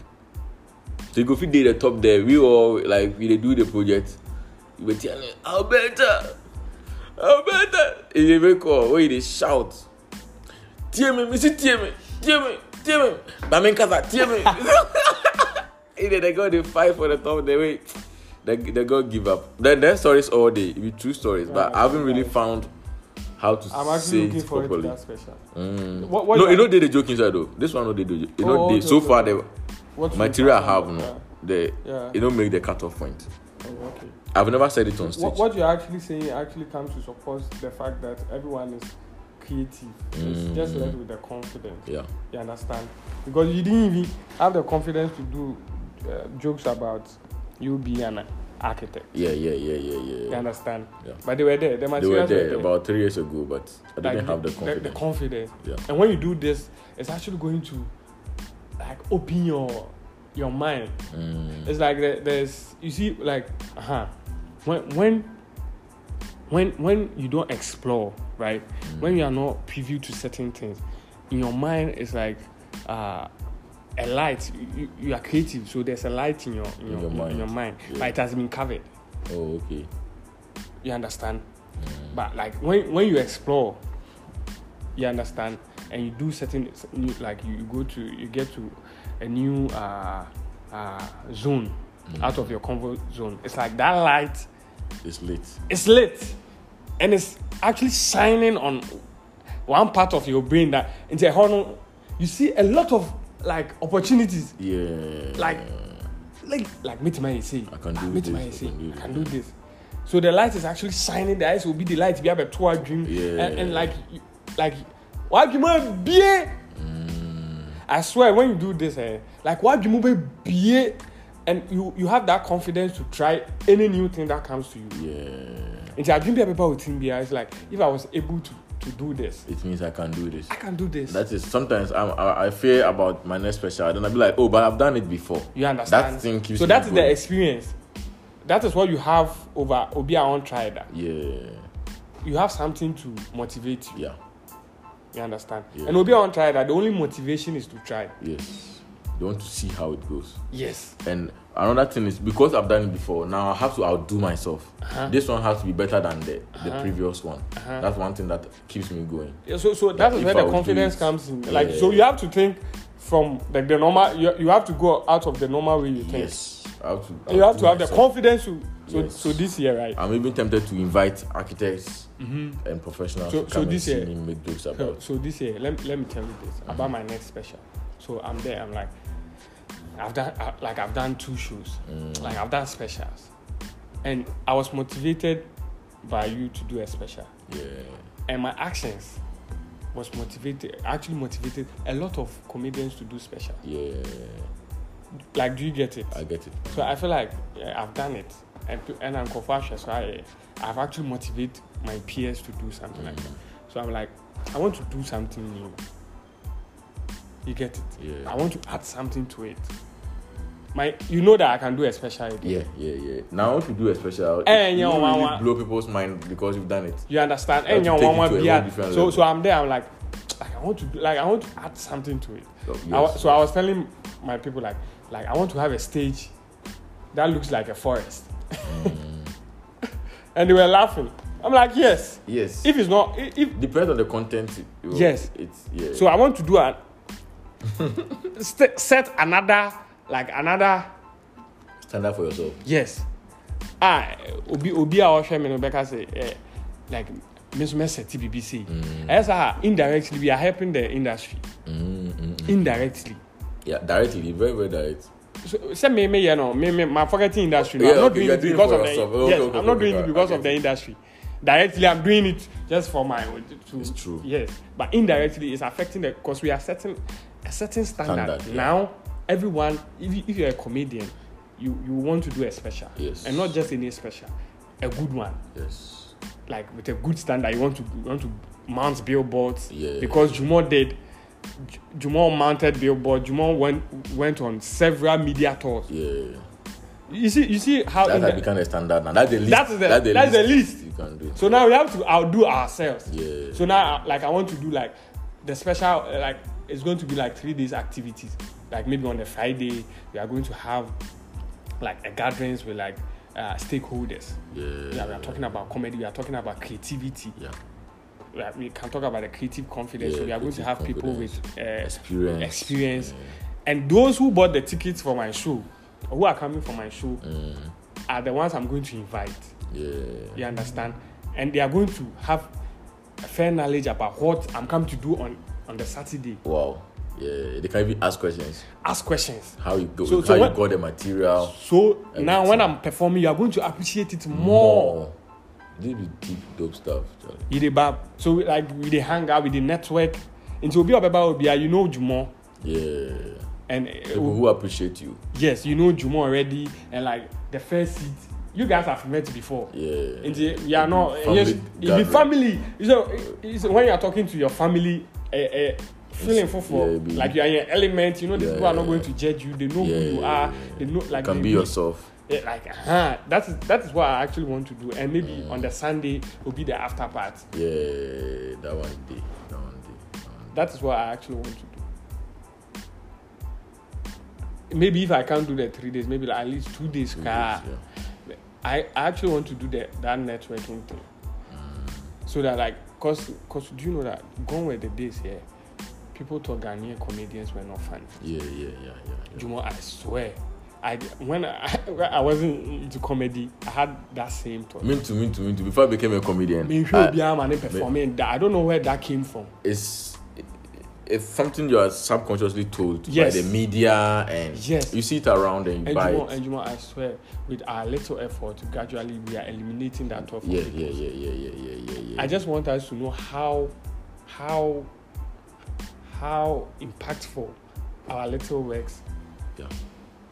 B: So you go fit dey the top there. We all like we dey do the project. You were telling me, Alberta, Alberta. He dey make call. Wey he dey shout. Tie me, me see tie me, tie me, tie me. Mamin kasa, tie me. He dey the girl dey fight for the top there. Wait, the the girl give up. Then their stories all day. It be true stories, but I haven't really found how to
A: I'm
B: say
A: actually
B: it
A: looking forward to
B: properly.
A: that special.
B: Mm.
A: What- what
B: no,
A: you
B: you
A: are-
B: know they the joking side though. This one no they do. You know
A: Oh,
B: they
A: okay,
B: so
A: okay.
B: far the
A: What's
B: material I have no. The
A: Yeah.
B: you don't make the cutoff point.
A: Oh, okay.
B: I've never said it on stage.
A: What, what you're actually saying actually comes to support the fact that everyone is creative. It's just
B: Mm.
A: led with the confidence.
B: Yeah.
A: You understand? Because you didn't even have the confidence to do uh, jokes about you being an architect.
B: Yeah, yeah, yeah, yeah, yeah.
A: You understand?
B: Yeah.
A: But they were there. The
B: They were
A: materials
B: there about three years ago, but I
A: Like,
B: didn't have the
A: The,
B: confidence.
A: confidence.
B: Yeah.
A: And when you do this, it's actually going to like open your your mind.
B: Mm.
A: It's like there- there's you see like uh huh when when when when you don't explore right
B: mm.
A: when you are not privy to certain things in your mind it's like uh, a light You- you, you are creative so there's a light in your in your, in your mind,
B: yeah.
A: but it has been covered
B: Oh, okay. Mm,
A: you understand but like when when you explore you understand and you do certain new- like you, you go to you get to a new uh, uh, zone out of your comfort zone it's like that light
B: It's late.
A: it's lit and it's actually shining on one part of your brain that into a horn you see a lot of like opportunities
B: Yeah.
A: like like like meet my say
B: I can do
A: meet
B: this,
A: my
B: I
A: say
B: can do
A: I can do this so the light is actually shining the eyes will be the light be have a tour dream
B: Yeah.
A: and, and like you- like what you might be
B: Mm.
A: I swear when you do this eh, like what you might be and you you have that confidence to try any new thing that comes to you
B: Yeah.
A: nti adwene bi a bɛba wɔ tim biara is like if i was able to to do this.
B: It means I can do this.
A: I can do this.
B: That is sometimes I'm, I, I fear about my next pressure. I don't I'll be like, oh, but I've done it before.
A: you understand?
B: That thing keeps
A: so
B: me
A: that is the
B: going.
A: experience. That is what you have over Obi Aon Trider.
B: Yeah,
A: You have something to motivate you.
B: yeah,
A: You understand?
B: Yeah.
A: And Obi Aon Trider, the only motivation is to try.
B: yes. You want to see how it goes.
A: Yes.
B: And another thing is because I've done it before, now I have to outdo myself. This one has to be better than the, the previous one. That's one thing that keeps me going.
A: Yeah, So, so that is
B: if
A: where
B: I
A: the
B: would do
A: confidence
B: it-
A: comes in. Like,
B: Yeah.
A: so you have to think from like the normal. You, you have to go out of the normal way you think.
B: Yes, I have to.
A: You have
B: outdo
A: to have the
B: myself.
A: confidence to. So,
B: Yes.
A: so this year, right?
B: I'm even tempted to invite architects and professionals
A: So-
B: to
A: so
B: come and
A: this
B: see
A: year-
B: me make jokes
A: So,
B: about.
A: so this year, let, let me tell you this about my next special. So I'm there. I'm like, I've done I, like I've done two shows,
B: Mm,
A: like I've done specials, and I was motivated by you to do a special,
B: Yeah,
A: and my actions was motivated actually motivated a lot of comedians to do special.
B: yeah,
A: Like, do you get it?
B: I get it.
A: so I feel like yeah, I've done it, and pe- and I'm confused. So I I've actually motivated my peers to do
B: Mm,
A: something like that. So I'm like, I want to do something new. You get it? I
B: Yeah,
A: want to add something to it. My, you know that I can do a special edition.
B: yeah, yeah, yeah. Now if you do a special,
A: Eh,
B: it
A: yeah,
B: will
A: wah,
B: really
A: wah.
B: blow people's mind because you've done it.
A: You understand?
B: I have
A: And
B: to
A: you
B: take
A: one
B: it to a
A: one
B: whole
A: beer.
B: different
A: So
B: level.
A: so I'm there. I'm like, like I want to like I want to add something to it.
B: So, yes.
A: I wa- so I was telling my people like like I want to have a stage that looks like a forest,
B: Mm.
A: and they were laughing. I'm like yes.
B: yes.
A: If it's not i- if
B: Depends on the content. it- it will-
A: Yes.
B: It's yeah.
A: so, I want to do a st- set another like another
B: stand up for yourself.
A: yes. Ah, obi obi a ɔhwɛ me no bɛka say eh, like me nso mɛsɛte biribi sei ɛyɛ saa a, indirectly we are helping the industry
B: Mm,
A: Mm-hmm.
B: mm, mm.
A: indirectly
B: Yeah, directly, very, very direct.
A: so sɛ me me yɛ no me me my forgetting industry no
B: Yeah,
A: i'm not
B: okay,
A: doing
B: you are
A: it
B: doing it
A: because
B: for
A: of the
B: yourself. Okay,
A: yes
B: okay,
A: i'm not
B: okay,
A: doing it
B: okay,
A: because
B: okay.
A: of the industry directly i'm doing it just for my own to,
B: It's true.
A: yes but indirectly it's affecting the because we are setting a certain standard,
B: Standard, yeah.
A: now everyone if, you, if you're a comedian you you want to do a special
B: Yes.
A: and not just any special a good one
B: Yes.
A: like with a good standard you want to you want to mount billboards
B: Yeah.
A: because Jumo did J- Jumo mounted billboard Jumo went went on several media tours
B: Yeah.
A: you see you see how
B: That
A: in
B: has
A: the-
B: become a standard now. That's the least.
A: That is the- that's the least.
B: you can do.
A: so now we have to outdo ourselves
B: Yeah.
A: so now uh, like i want to do like the special uh, like it's going to be like three days activities like maybe on the friday we are going to have like a gatherings with like uh, stakeholders
B: Yeah.
A: yeah we are talking about comedy we are talking about creativity
B: Yeah.
A: we are- we can talk about the creative confidence.
B: Yeah,
A: so we are going to
B: creative
A: have people with
B: confidence.
A: uh,
B: Experience.
A: experience. and those who bought the tickets for my show, or who are coming for my show,
B: Mm,
A: are the ones I'm going to invite.
B: yeah.
A: You understand? And they are going to have a fair knowledge about what I'm coming to do on on the Saturday.
B: Wow. Yeah. They can even ask questions.
A: Ask questions.
B: How you go?
A: So-
B: how
A: so
B: you
A: what-
B: got the material?
A: So now
B: Everything.
A: when I'm performing, you are going to appreciate it more.
B: This be deep, dope stuff. Charlie.
A: You dey bab. So like we dey hang out, we dey network. Nti obi a ɔbɛba obi a you know Jumo
B: Yeah.
A: and uh,
B: People who appreciate you.
A: yes you know jumo already and like the first seat you guys have met before
B: Yeah.
A: and the, we are not
B: Family
A: yes it be
B: gathering.
A: family you know it's when you are talking to your family uh, uh, feeling
B: It's-
A: for for
B: yeah, it be-
A: like you are in your element you know these
B: Yeah,
A: people are not
B: yeah,
A: going to judge you they know
B: Yeah,
A: who you
B: yeah,
A: are
B: yeah.
A: they know like
B: you can
A: they
B: be yourself.
A: yeah, like uh-huh. that is that is what i actually want to do and maybe on the sunday will be the after part
B: Yeah. That one day. That one day. That one day.
A: that is what i actually want to do maybe if i can't do the three days maybe like at least two days
B: Two
A: car
B: days,
A: I I actually want to do that that networking thing. So that like, cause, cause do you know that gone were the days here. People thought Ghanaian comedians were not funny.
B: Yeah. Yeah. Yeah. Yeah. yeah.
A: Jumo, I swear, I when I, when I wasn't into comedy, I had that same thought.
B: Me too, me too, me too. Before I became a comedian,
A: Me
B: I-
A: sure be am and then performing that. I don't know where that came from.
B: it's it's something you are subconsciously told
A: Yes.
B: by the media and
A: Yes.
B: you see it around and you
A: And
B: buy
A: Jumo,
B: it.
A: and Jumo, I swear, with our little effort, gradually we are eliminating that thought. from
B: Yeah,
A: people.
B: yeah, yeah, yeah, yeah, yeah, yeah, yeah.
A: I just want us to know how, how, how impactful our little works
B: yeah.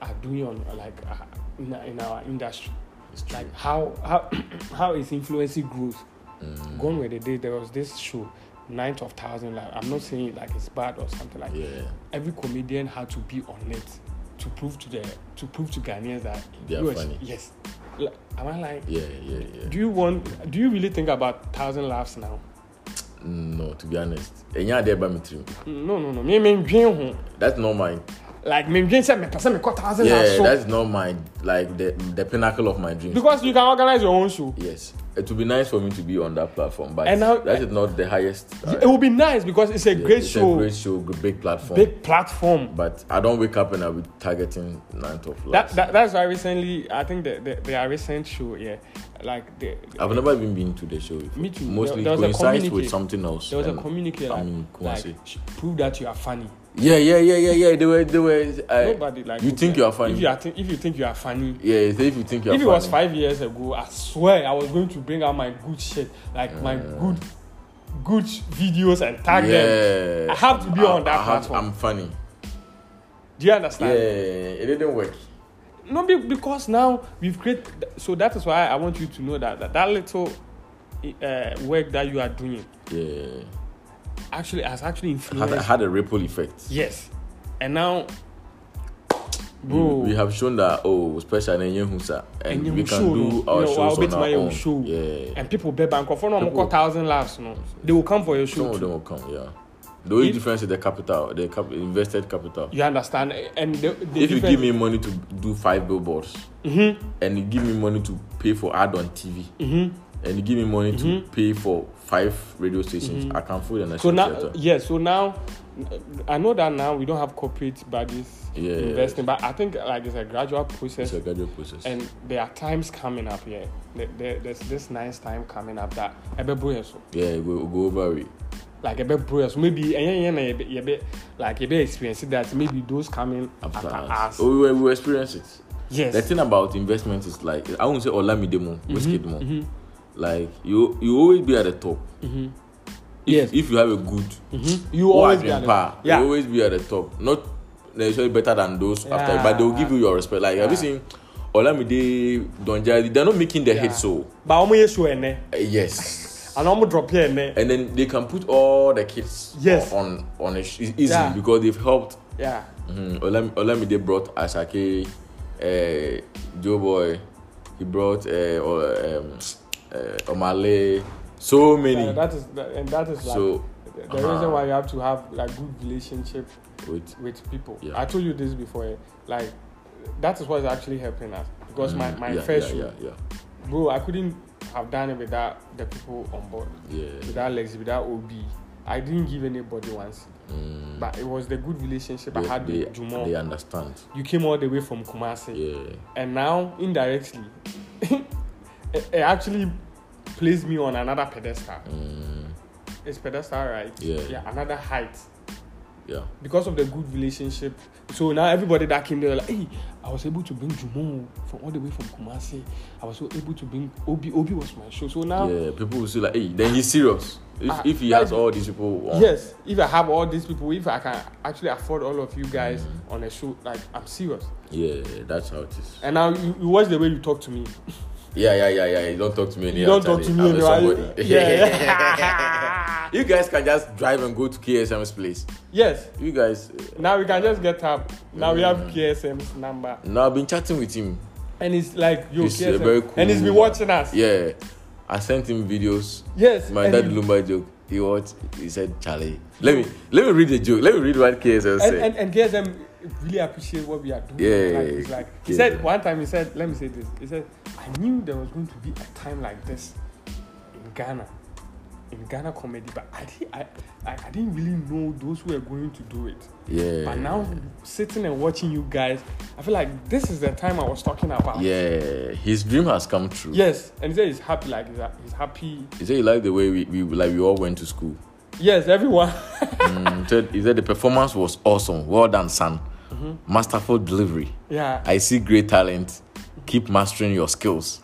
A: are doing on like uh, in, in our industry.
B: It's true.
A: Like how how how is influencing growth.
B: Mm.
A: Gone were the days there was this show, Ninth of Thousand Life. I'm not saying like it's bad or something like.
B: Yeah.
A: Every comedian had to be on it to prove to the to prove to Ghanaians that
B: They are
A: you are-
B: funny.
A: Yes. Like, am I lying?
B: Yeah, yeah, yeah.
A: Do you want? Do you really think about thousand laughs now?
B: No, to be honest. Enya there by me trim.
A: No, no, no. Me, me, dream ho.
B: That's not mine.
A: Like me, dream say me person me cut thousand laughs.
B: Yeah,
A: so-
B: that's not my like the the pinnacle of my dreams.
A: because you can organize your own show.
B: yes. It would be nice for me to be on that platform, but
A: And now-
B: that is not the highest uh,
A: It would be nice because it's a
B: yeah,
A: great
B: it's
A: show,
B: A great show, g- big platform.
A: big platform.
B: But I don't wake up and I'll be targeting nine to
A: That,
B: last.
A: that that's why recently I think the the, the recent show yeah, like the,
B: I've never even been to the show. before.
A: Me too.
B: Uh, Mostly
A: There- there was a
B: coincides with
A: communique.
B: something else.
A: there was a
B: and-
A: communique
B: I
A: like,
B: mean,
A: like
B: Kumasi.
A: sh- prove that you are funny.
B: Yeah, yeah, yeah, yeah, yeah. They were, they were. I,
A: Nobody like
B: You think you are funny?
A: If you are thi- if you think you are funny.
B: yeah, so if you think you are
A: if it
B: funny.
A: was five years ago, I swear I was going to bring out my good shit, like my good, good videos and tag them.
B: Uh. yeah.
A: I have to be on that
B: I have-
A: platform.
B: I'm funny.
A: Do you
B: Yeah,
A: understand?
B: it didn't work.
A: No, be- because now we've created. So that is why I want you to know that that, that little uh, work that you are doing
B: Yeah,
A: actually has actually
B: had,
A: influenced.
B: had a ripple effect.
A: Yes, and now,
B: We,
A: bro,
B: we have shown that oh, special and Yehusa, and
A: Enyehun
B: we can
A: show,
B: do
A: no.
B: our
A: You know, I'll
B: shows
A: bet
B: on our
A: my own
B: own.
A: show.
B: Yeah,
A: and people bet bank for no
B: People-
A: more thousand laughs. No, they will come for your
B: some
A: show.
B: of
A: too.
B: them will come. Yeah, the only
A: If-
B: difference is the capital, the cap- invested capital.
A: You understand? And the, the Mm-hmm,
B: if you
A: difference-
B: give me money to do five billboards and you give me money to pay for ad on tv
A: mm-hmm.
B: and you give me money to pay for five radio stations i can fool the
A: Mm-hmm. So
B: national
A: now, uh,
B: theater
A: yeah. So now, I know that now we don't have corporate bodies
B: Yeah.
A: investing, but I think like it's a gradual process,
B: it's a gradual process
A: and there are times coming up. Yeah, there, there- there's this nice time coming up that ebe brew so
B: yeah we'll go over it
A: like ebe brew so maybe eh, yeah, yeah, na yɛbɛ- yɛbɛ- like ebe experience that maybe those coming
B: after
A: after
B: us
A: us.
B: oh, we will, we will experience it
A: Yes. Mm-hmm.
B: the thing about investment is like i won't say olamide mo Wizkid mo like you you always be at the top
A: Mm-hmm. yes.
B: if you have a good
A: Mm-hmm. you
B: Who
A: always
B: has
A: be at
B: been
A: the-
B: par,
A: Yeah.
B: will always be at the top. Not necessarily better than those after, you, but they will give you your respect. Like have you
A: Yeah.
B: seen Olamide, Donjali? They're not making the
A: Yeah.
B: hit, so
A: But almost yes you and
B: uh, yes.
A: and almost drop here and
B: And then they can put all the kids
A: Yes.
B: on on it sh- easily
A: Yeah.
B: because they've helped.
A: yeah.
B: Mm, Olam, Olamide brought Asake, uh, Joe Boy. He brought uh, or, um, uh, Omale. So many.
A: Yeah, that is that, and that is like
B: So,
A: the the
B: uh-huh.
A: reason why you have to have like good relationship
B: Wait.
A: with people.
B: Yeah.
A: I told you this before. eh, Like that is what is actually helping us because my,
B: Mm,
A: my
B: yeah,
A: first
B: yeah,
A: show,
B: yeah,
A: bro, I couldn't have done it without the people on board,
B: yeah, yeah.
A: without Lex, without OB. I didn't give anybody once,
B: Mm.
A: but it was the good relationship I
B: they,
A: had
B: they,
A: with Jumo.
B: they understand.
A: You came all the way from Kumasi,
B: Yeah.
A: and now indirectly, it, it actually placed me on another pedestal.
B: Mm,
A: It's pedestal, right?
B: Yeah.
A: Yeah, another height.
B: yeah.
A: because of the good relationship. So now everybody that came there, like, hey, I was able to bring Jumo from all the way from Kumasi. I was so able to bring Obi. Obi was my show. So now,
B: yeah. People will see like, hey, then he's serious.
A: Um,
B: If,
A: Ah,
B: if he
A: like-
B: has all these people on.
A: yes, if I have all these people, if I can actually afford all of you guys on a show, like I'm serious.
B: Yeah, that's how it is.
A: And now you, you watch the way you talk to me.
B: Yeah, yeah, yeah, yeah. Don't talk to me anymore.
A: you don't talk to me.
B: I'm
A: anymore.
B: somebody.
A: yeah.
B: you guys can just drive and go to KSM's place.
A: yes.
B: You guys. eh,
A: Now we can just get up. Now we have
B: Mm.
A: KSM's number,
B: Now I've been chatting with him.
A: and it's like yo,
B: He's a
A: KSM,
B: very cool
A: and he's been
B: man.
A: watching us.
B: Yeah. I sent him videos.
A: Yes.
B: My
A: and
B: dad
A: he-
B: Lumba joke. He watched. He said, Charlie. Let me let me read the joke. Let me read what KSM
A: and,
B: said.
A: and, and KSM really appreciate what we are doing.
B: Yeah,
A: like, it's like he
B: yeah.
A: said one time. He said, "Let me say this." He said, "I knew there was going to be a time like this in Ghana, in Ghana comedy, but I didn't, I, I, I didn't really know those who were going to do it.
B: yeah.
A: But now, sitting and watching you guys, I feel like this is the time I was talking about.
B: Yeah, his dream has come true.
A: Yes, and he said he's happy. Like he's, he's happy.
B: He said he liked the way we, we like we all went to school.
A: Yes, everyone.
B: Mm, he, said, he said the performance was awesome. Well done, son. Masterful delivery.
A: yeah.
B: I see great talent. Keep mastering your skills.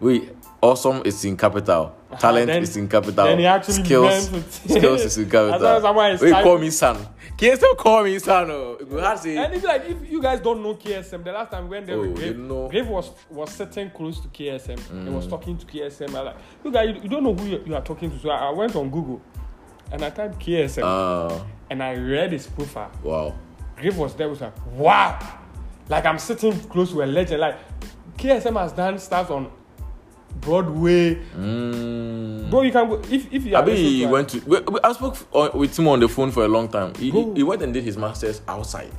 B: Wait, Awesome is in capital. Talent
A: then-
B: is in capital.
A: then he actually
B: skills,
A: meant it.
B: skills is in
A: I thought
B: capital.
A: someone is
B: Wait,
A: typing-
B: call me son. Can you still call me son? Oh, you have to
A: And
B: say,
A: it's like if you guys don't know KSM, the last time when they
B: Oh,
A: were
B: they
A: Grave,
B: know. Mm.
A: Grave was was sitting close to KSM. He was talking to KSM. I like you guys, you, you don't know who you, you are talking to. So I, I went on Google and I typed KSM
B: uh,
A: and I read his profile.
B: wow.
A: Grave was there. Was like wow, like I'm sitting close to a legend. Like KSM has done stuff on Broadway,
B: Mm.
A: bro. You can go if if you.
B: I
A: are
B: mean,
A: listening
B: he
A: to us-
B: went to. we- we- I spoke on, with him on the phone for a long time. He, he
A: Bro.
B: he went and did his masters outside.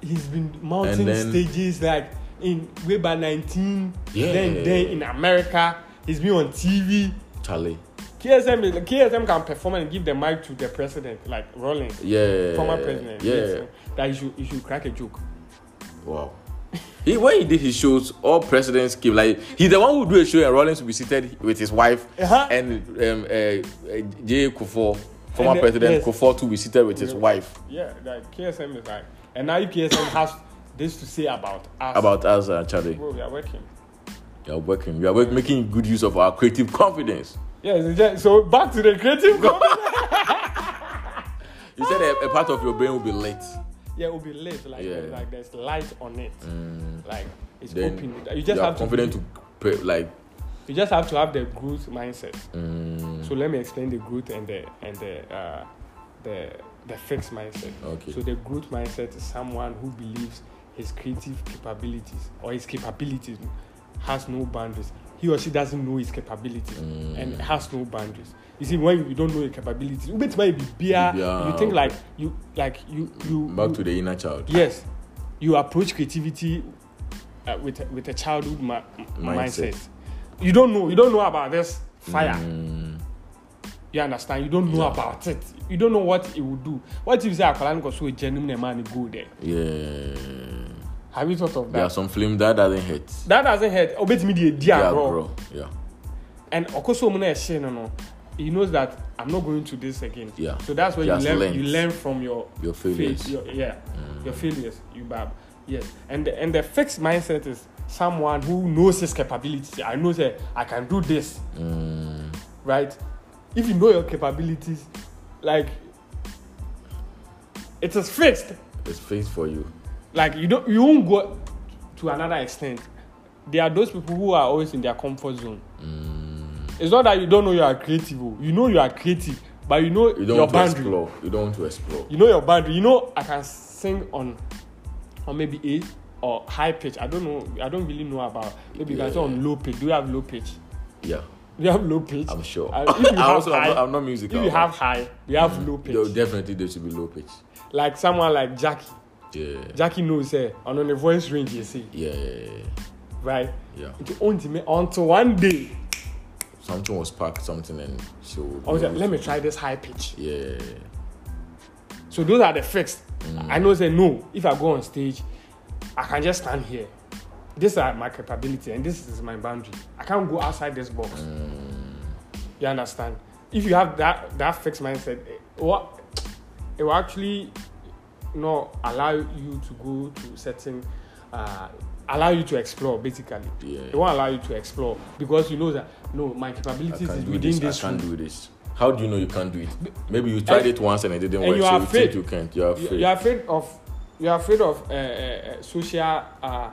A: he's been mounting
B: And then-
A: stages like in way by 19
B: Yeah.
A: then then in america he's been on tv
B: Charlie.
A: ksm is- ksm can perform and give the mic to the president like rollins
B: Yeah.
A: former president
B: Yeah.
A: yes, that he should, he should crack a joke
B: Wow. He, when he did his shows, all presidents came. Like he's the one who do a show, and Rollins will be seated with his wife
A: Uh-huh.
B: and um, uh, uh, J. Kufuor, former
A: And the-
B: president
A: yes.
B: Kufuor, too, will be seated with his
A: Yeah.
B: wife
A: yeah like ksm is like and now if ksm has this to say about us
B: about us, uh, Charlie.
A: bro we are working
B: You are working. You are work, making good use of our creative confidence.
A: yeah it's just- so back to the creative company.
B: You said a, a part of your brain will be lit.
A: yeah it will be lit like
B: Yeah. Mm.
A: like there's light on it like it's
B: Then
A: open you just
B: are
A: have to
B: confident to, pre- like.
A: You just have to have the growth mindset.
B: Mm,
A: So let me explain the growth and the and the uh, the the fixed mindset.
B: Okay.
A: So the growth mindset is someone who believes his creative capabilities or his capabilities has no boundaries. He or she doesn't know his capabilities
B: Mm.
A: and has no boundaries. You see, when you don't know your capabilities, you bet maybe beer.
B: Yeah,
A: You think
B: okay.
A: like you like you you
B: back
A: you-
B: to the inner child.
A: yes you approach creativity uh, with a- with a childhood ma-
B: Mindset.
A: mindset. you don't know you don't know about this fire
B: Mm,
A: you understand you don't know
B: Yeah.
A: about it you don't know what it will do what if you say akwalani koso genuine a man go there
B: yeah.
A: have you thought of that
B: There are some film that doesn't hit.
A: that doesn't hurt obetumi di edi agro
B: Yeah.
A: and okoso omu na ẹsẹ no no he knows that i'm not going to this again
B: Yeah.
A: so that's where
B: He
A: you
B: has
A: learn
B: learned.
A: you learn from your
B: Your
A: fail-
B: failures. Mm,
A: your, yeah, your failures, you bab. Yes, and the, and the fixed mindset is someone who knows his capability. I know that I can do this,
B: Mm.
A: right? If you know your capabilities, like it is fixed.
B: It's fixed for you.
A: Like you don't, you won't go to another extent. There are those people who are always in their comfort zone.
B: Mm.
A: It's not that you don't know you are creative. oh. You know you are creative, but you know
B: You don't
A: your
B: want to
A: boundary.
B: explore. You don't want to explore.
A: you know your boundary. You know I can sing on, on maybe A or high pitch. I don't know. I don't really know about. Maybe you can
B: Yeah.
A: sing on low pitch. Do you have low pitch?
B: Yeah,
A: Do you have low pitch?
B: I'm sure.
A: Uh, if you
B: I
A: have
B: also, I'm,
A: high,
B: not, I'm not
A: if
B: musical.
A: you have high, you have low pitch.
B: Mm. Yo, definitely there should be low pitch.
A: like someone like Jackie.
B: Yeah.
A: Jackie knows eh, and on the voice range you see,
B: Yeah.
A: right?
B: Yeah.
A: It owns me until one day.
B: Something was packed, something, and she would.
A: I was like, let me try this high pitch.
B: Yeah.
A: So those are the fixed. I know say no. If I go on stage, I can just stand here. These are my capability and this is my boundary. I can't go outside this box. You understand? If you have that that fixed mindset, it, what it will actually not allow you to go to certain uh, allow you to explore basically.
B: Yeah.
A: It won't allow you to explore because you know that no my
B: I
A: capabilities is
B: can't do
A: within
B: this.
A: this,
B: I can't
A: room.
B: do this. How do you know you can't do it? Maybe you tried it once and it didn't
A: and
B: work,
A: you
B: so
A: are
B: you think
A: afraid.
B: you can't. You're
A: You-
B: afraid.
A: You're afraid of you're afraid of uh, uh, uh, social uh,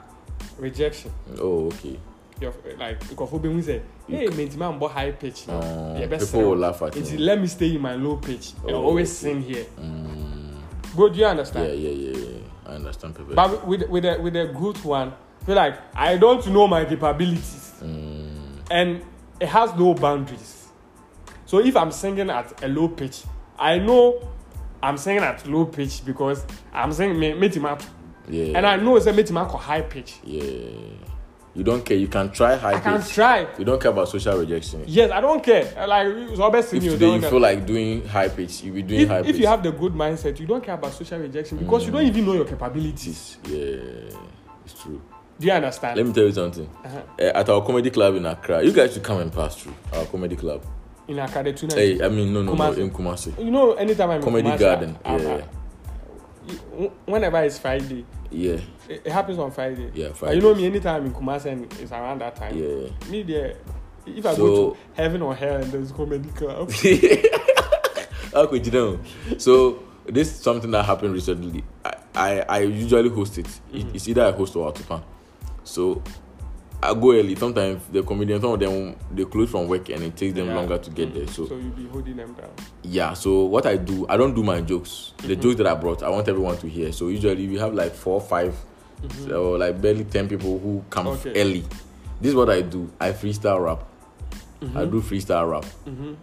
A: rejection.
B: Oh, okay.
A: You're f- like because Obi Win said, "Hey, man, the man bought high pitch now.
B: Uh,
A: Yeah, best
B: people
A: sell.
B: will laugh at
A: It's
B: you.
A: let me stay in my low pitch. and
B: Oh,
A: always
B: okay.
A: sing here.
B: Mm.
A: Bro, do you
B: Yeah,
A: understand?
B: yeah, yeah, yeah. I understand perfectly.
A: But with with the with the good one, feel like I don't know my capabilities,
B: Mm.
A: and it has no boundaries. So if I'm singing at a low pitch, I know I'm singing at low pitch because I'm singing me, me,
B: Yeah.
A: and I know it's a me, high pitch.
B: Yeah. You don't care. You can try high
A: I can
B: pitch.
A: try.
B: You don't care about social rejection.
A: Yes, I don't care. Uh, Like it's always in
B: If
A: you.
B: today you
A: don't
B: feel
A: care.
B: like doing high pitch, you'll be doing
A: if,
B: high pitch.
A: if you have the good mindset, you don't care about social
B: Mm.
A: rejection because you don't even know your capabilities.
B: yeah, it's true.
A: Do you understand?
B: Let me tell you something.
A: Uh-huh.
B: Eh, at our comedy club in Accra, you guys should come and pass through our comedy club.
A: In Akadetuna.
B: Hey, I mean, no, no,
A: Kumasi.
B: no, in Kumasi.
A: You know, anytime I'm in
B: Comedy Ah,
A: Kumasi,
B: Garden.
A: I- I-
B: Yeah.
A: I- w- whenever it's Friday,
B: Yeah,
A: it, it happens on Friday.
B: Yeah,
A: But you know me, anytime I'm in Kumasi and it's around that time.
B: yeah.
A: Me there, If I go
B: So-
A: to heaven or hell and there's comedy club,
B: How could you know? So this is something that happened recently. I, I, I usually host it. it. It's either I host or I tutor. So I go early. Sometimes the comedians, some of them, they close from work and it takes them
A: Yeah.
B: longer to get there. So
A: so you'll be holding them down.
B: yeah. So what I do, I don't do my jokes.
A: Mm-hmm.
B: The jokes that I brought, I want everyone to hear. So usually we have like four, five, so like barely ten people who come f-
A: Mm-hmm. Okay.
B: early. This is what I do. I freestyle rap. I do freestyle rap
A: Mm-hmm.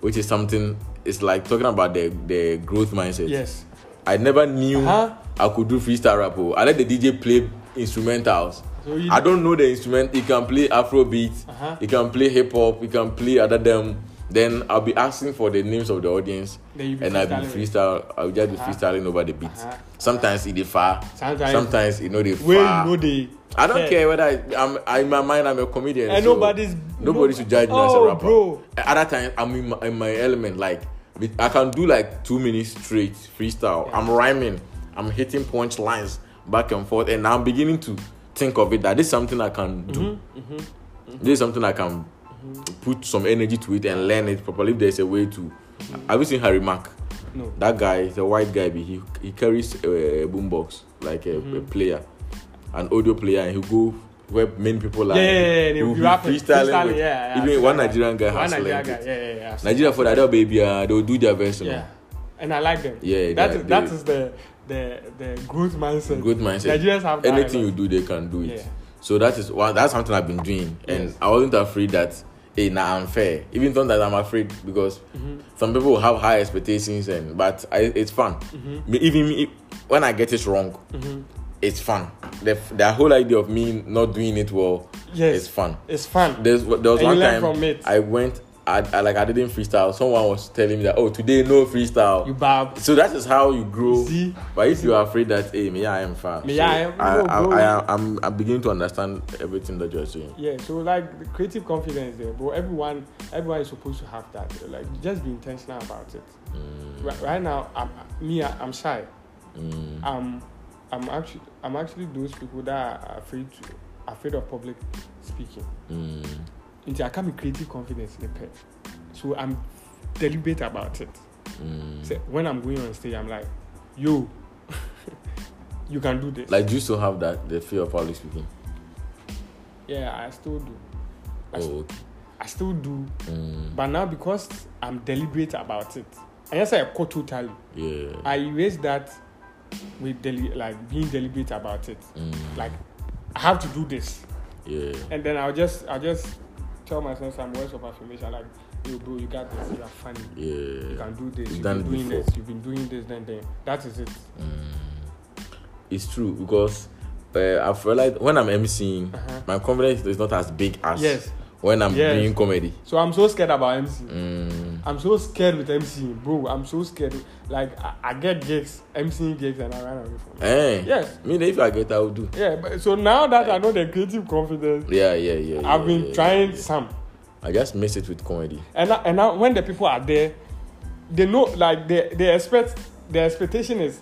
B: which is something it's like talking about the the growth mindset
A: Yes.
B: i never knew
A: Uh-huh.
B: i could do freestyle rap oh. i let the dj play instrumentals
A: So you
B: i don't know the instrument he can play afrobeat
A: Uh-huh.
B: he can play hip-hop he can play other them then i'll be asking for the names of the audience
A: Then you be
B: and i'll be
A: freestyling.
B: freestyle i'll just be
A: Uh-huh.
B: freestyling over the beat
A: Uh-huh.
B: sometimes it dey far
A: Sometimes-
B: sometimes it no dey
A: Where
B: far
A: you know they.
B: i don't care whether I, i'm I, in my mind i'm a comedian
A: And
B: so
A: nobody's.
B: nobody should judge me as a
A: Oh,
B: rapper
A: bro.
B: at that time i'm in my, in my element like with- i can do like two minutes straight freestyle i'm rhyming i'm hitting punch lines back and forth and i'm beginning to think of it that this is something i can do
A: Mm-hmm.
B: this is something i can put some energy to it and learn it properly if there's a way to have you seen harry mack
A: No.
B: that guy the white guy be- he, he carries a, a boombox like a, a
A: Mm-hmm.
B: player an audio player and he'll go where many people are
A: Yeah, yeah, yeah, they
B: who
A: will
B: be
A: be rapping,
B: freestyling
A: freestyling,
B: with-
A: yeah, yeah,
B: even one
A: freestyling.
B: nigerian guy
A: One
B: has
A: Nigeria
B: learned
A: guy.
B: it
A: Yeah, yeah, yeah. I've seen
B: Nigeria for the other baby, uh, they'll do their version.
A: Yeah. And I like them.
B: Yeah,
A: That
B: they-
A: is that
B: they-
A: is the the the growth mindset.
B: Good mindset.
A: Nigerians have that
B: Anything
A: a
B: you
A: lot.
B: do, they can do it.
A: Yeah.
B: So that is one. That's something I've been doing, and
A: Yes.
B: I wasn't afraid that. Hey, nah, I'm fair. Even though that I'm afraid because
A: Mm-hmm.
B: some people will have high expectations, and but I, it's fun.
A: Mm-hmm.
B: Me- Even me- when I get it wrong, it's fun. The, the whole idea of me not doing it well
A: Yes.
B: is fun.
A: It's fun.
B: There's there was
A: And you
B: one
A: learn
B: time
A: from it.
B: I went. I, I like I didn't freestyle. Someone was telling me that oh today no freestyle.
A: you bob.
B: So that is how you grow.
A: See?
B: But if you are afraid that, hey, me, I am far.
A: Me,
B: so
A: I am-
B: I,
A: no,
B: I,
A: bro.
B: I, am I'm beginning to understand everything that you are saying.
A: Yeah, so like the creative confidence there, bro. Everyone, everyone is supposed to have that. Like, just be intentional about it. Right, right Ah. now, I'm, me, I- I'm shy.
B: Mm.
A: I'm, I'm actually, I'm actually those people that are afraid to, afraid of public speaking.
B: Mm.
A: Until I come with creative confidence, in the pet. So I'm deliberate about it.
B: Mm.
A: So when I'm going on stage, I'm like, yo, you can do this.
B: Like, do you still have that the fear of public speaking?
A: yeah, I still do. I, s-
B: Oh, okay.
A: I still do.
B: Mm.
A: But now because I'm deliberate about it, and yes, I caught totally.
B: Yeah.
A: I erase that with deli- like being deliberate about it.
B: Mm.
A: Like I have to do this,
B: Yeah.
A: and then I'll just I'll just tell myself some words of affirmation like, yo, bro, you got this. You are funny. You
B: Yeah.
A: can do this.
B: You've
A: You've
B: done
A: been
B: it
A: doing
B: before."
A: this. You've been doing this. Then then that is it.
B: Mm. It's true because uh, I've realized when I'm emceeing,
A: Uh-huh.
B: my confidence is not as big as
A: Yes.
B: when I'm
A: Yes. Ah.
B: doing comedy.
A: So I'm so scared about MC.
B: Mm.
A: I'm so scared with MCing, bro. I'm so scared. Like I, I get gigs, MCing gigs, and I run away from it.
B: Eh.
A: Yes.
B: Me, if I get, I will do.
A: Yeah, but so now that I know the creative confidence,
B: Yeah, yeah, yeah. yeah,
A: I've been
B: yeah,
A: trying
B: yeah.
A: some,
B: I just mix it with comedy.
A: and now, and now when the people are there, they know like they they expect the expectation is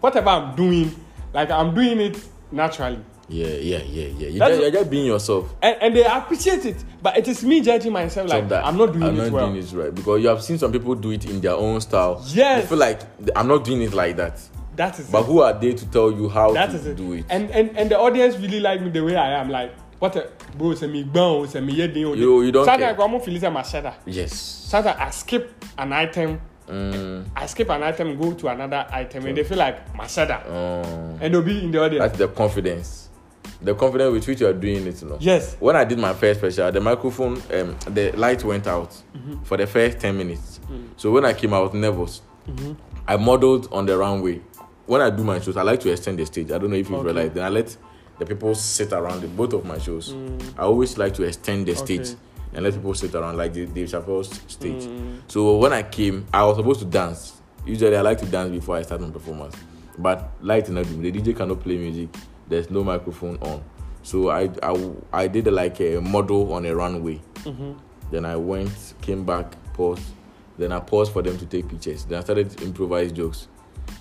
A: whatever I'm doing, like I'm doing it naturally,
B: Yeah, yeah, yeah, yeah. You
A: That's-
B: just, you're just being yourself.
A: and and they appreciate it. But it is me judging myself
B: So
A: like I'm not doing
B: I'm
A: it
B: not
A: well.
B: doing it right because you have seen some people do it in their own style.
A: Yes.
B: you feel like th- I'm not doing it like that.
A: That is
B: But
A: it.
B: who are they to tell you how
A: that
B: to
A: is it.
B: do it?
A: And and and the audience really like me the way I am. Like what a bro, it's a me bone, it's a me yedin. oh,
B: You- you don't
A: Sometimes
B: care.
A: I go, I'm gonna feel it in my shadow.
B: yes.
A: Sometimes I skip an item.
B: Mm,
A: I skip an item, go to another item, and they feel like Masada,
B: um,
A: and they'll be in the audience.
B: that's the confidence. The confidence with which you are doing it, you know.
A: yes,
B: When I did my first special, the microphone, um, the light went out
A: Mm-hmm.
B: for the first ten minutes.
A: Mm.
B: So when I came, I was nervous.
A: Mm-hmm.
B: I modeled on the runway. When I do my shows, I like to extend the stage. I don't know if you've
A: Okay.
B: realized. Then I let the people sit around it. Both of my shows, I always like to extend the
A: Mm. Okay. Mm.
B: stage and let people sit around like the Dave Chappelle's stage. So when I came, I was supposed to dance. Usually, I like to dance before I start my performance. But light and the DJ cannot play music. There's no microphone on. So I I, I did like a model on a runway.
A: Mm-hmm.
B: Then I went, came back, paused. Then I paused for them to take pictures. Then I started to improvise jokes.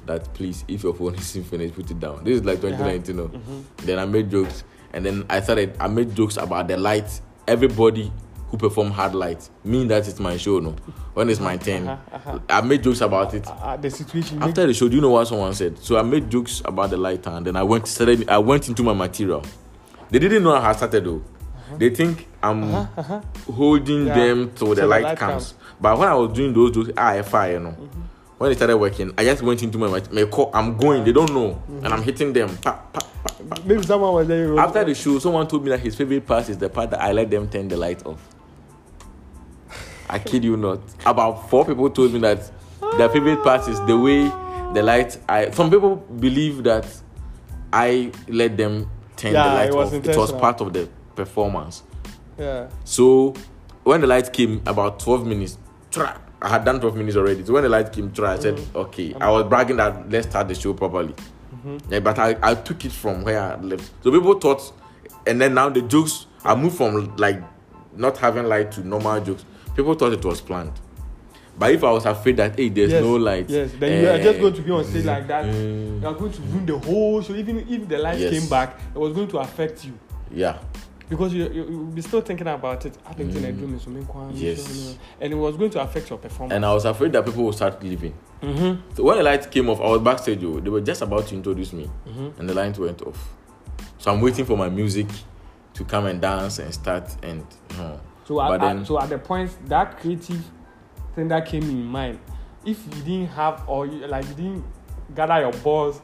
B: That please, if your phone is finished, put it down. This is like 2019. No? Then I made jokes, and then I started. I made jokes about the light. Everybody who perform hard light. Me, that is my show. No, when it's my turn, I made jokes about it.
A: Uh, the situation.
B: After the show, do you know what someone said? So I made jokes about the light and then I went started, I went into my material. They didn't know I had started though. They think I'm holding
A: Uh-huh, Yeah.
B: them till
A: Till
B: the
A: the
B: light,
A: light Mm-hmm.
B: comes.
A: comes.
B: But when I was doing those jokes, ah, I fire, you know. When they started working, I just went into my, mat- my call. I'm going. They don't know,
A: Mm-hmm.
B: and I'm hitting them. Pa, pa, pa, pa.
A: maybe someone was there.
B: After the show, someone told me that his favorite part is the part that I let them turn the light off. I kid you not. About four people told me that their favorite part is the way the light. I some people believe that I let them turn
A: Yeah,
B: the light
A: it was
B: off. It was
A: intentional.
B: part of the performance.
A: yeah.
B: So when the light came, about 12 minutes, tra- I had done 12 minutes already. So when the light came, tra- I said,
A: Mm.
B: okay, I was bragging that let's start the show properly.
A: Mm-hmm.
B: Yeah, but I, I took it from where I left. So people thought, and then now the jokes, I moved from like not having light to normal jokes. People thought it was planned. But if I was afraid that, hey, there's
A: yes.
B: no light.
A: Yes. Then you are just
B: eh,
A: going to be on stage like that.
B: mm.
A: You are going to ruin the whole show. Even if the light
B: Yes.
A: came back, it was going to affect you.
B: Yeah.
A: because you, you you'll be still thinking about it. I think mm. doing something quite
B: Yes.
A: and it was going to affect your performance.
B: And I was afraid that people would start leaving.
A: mm-hmm.
B: So when the light came off, I was backstage. oh, They were just about to introduce me,
A: Mhm.
B: and the light went off. So I'm waiting for my music to come and dance and start. And huh.
A: So at,
B: But then-
A: at, so at the point that creative thing that came in mind, if you didn't have or you, like you didn't gather your balls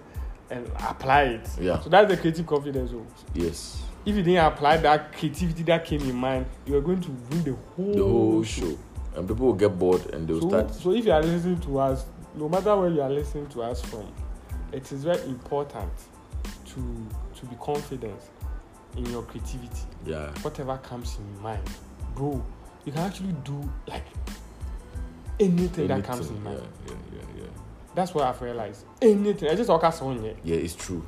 A: and apply it,
B: Yeah.
A: So that's the creative confidence. Oh.
B: yes,
A: If you didn't apply that creativity that came in mind, you are going to ruin the whole
B: the whole show, and people will get bored and they'll
A: So,
B: start.
A: so if you are listening to us, no matter where you are listening to us from, it is very important to to be confident in your creativity.
B: Yeah,
A: Whatever comes in mind, bro, you can actually do like anything, that comes in
B: Anything.
A: mind.
B: Yeah, yeah, yeah, yeah.
A: That's what I've realized. Anything. I just walk out on it.
B: Yeah, it's true.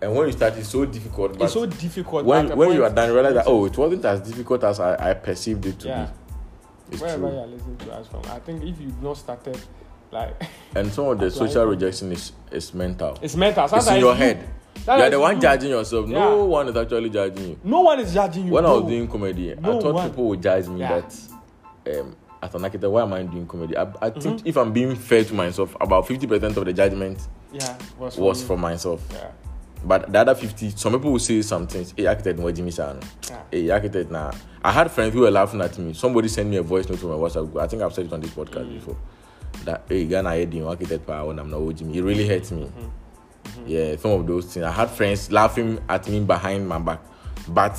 B: And when you start, it's so difficult. But
A: It's so difficult.
B: when
A: but at
B: when
A: a
B: you are
A: point-
B: done, you realize that oh, it wasn't as difficult as I, I perceived it to
A: yeah,
B: be. It's
A: wherever
B: true.
A: you are listening to us from, I think if you've not started, like
B: And some of the
A: Applying
B: social
A: for-
B: rejection is is mental.
A: it's mental.
B: It's
A: Sometimes
B: in your
A: you-
B: head.
A: sometimes
B: you are the one
A: you.
B: judging yourself. No
A: Yeah.
B: one is actually judging you.
A: No one is judging you.
B: when I was
A: bro.
B: doing comedy, I
A: No
B: thought
A: one.
B: people would judge me
A: Yeah.
B: that um, as an actor, why am I doing comedy? I, I
A: Mm-hmm.
B: think if I'm being fair to myself, about 50% of the judgment
A: yeah, was
B: was
A: you.
B: from myself.
A: Yeah.
B: But the other 50, some people will say some things. Hey, architect, what Jimmy Sano?
A: Yeah.
B: Hey, architect, nah. I had friends who were laughing at me. Somebody sent me a voice note to my WhatsApp group. I think I've said it on this
A: Mm.
B: podcast before. That, hey, Ghana, I didn't architect power when I'm not with Jimmy. It really hurt me.
A: Mm-hmm.
B: Yeah, some of those things. I had friends laughing at me behind my back. But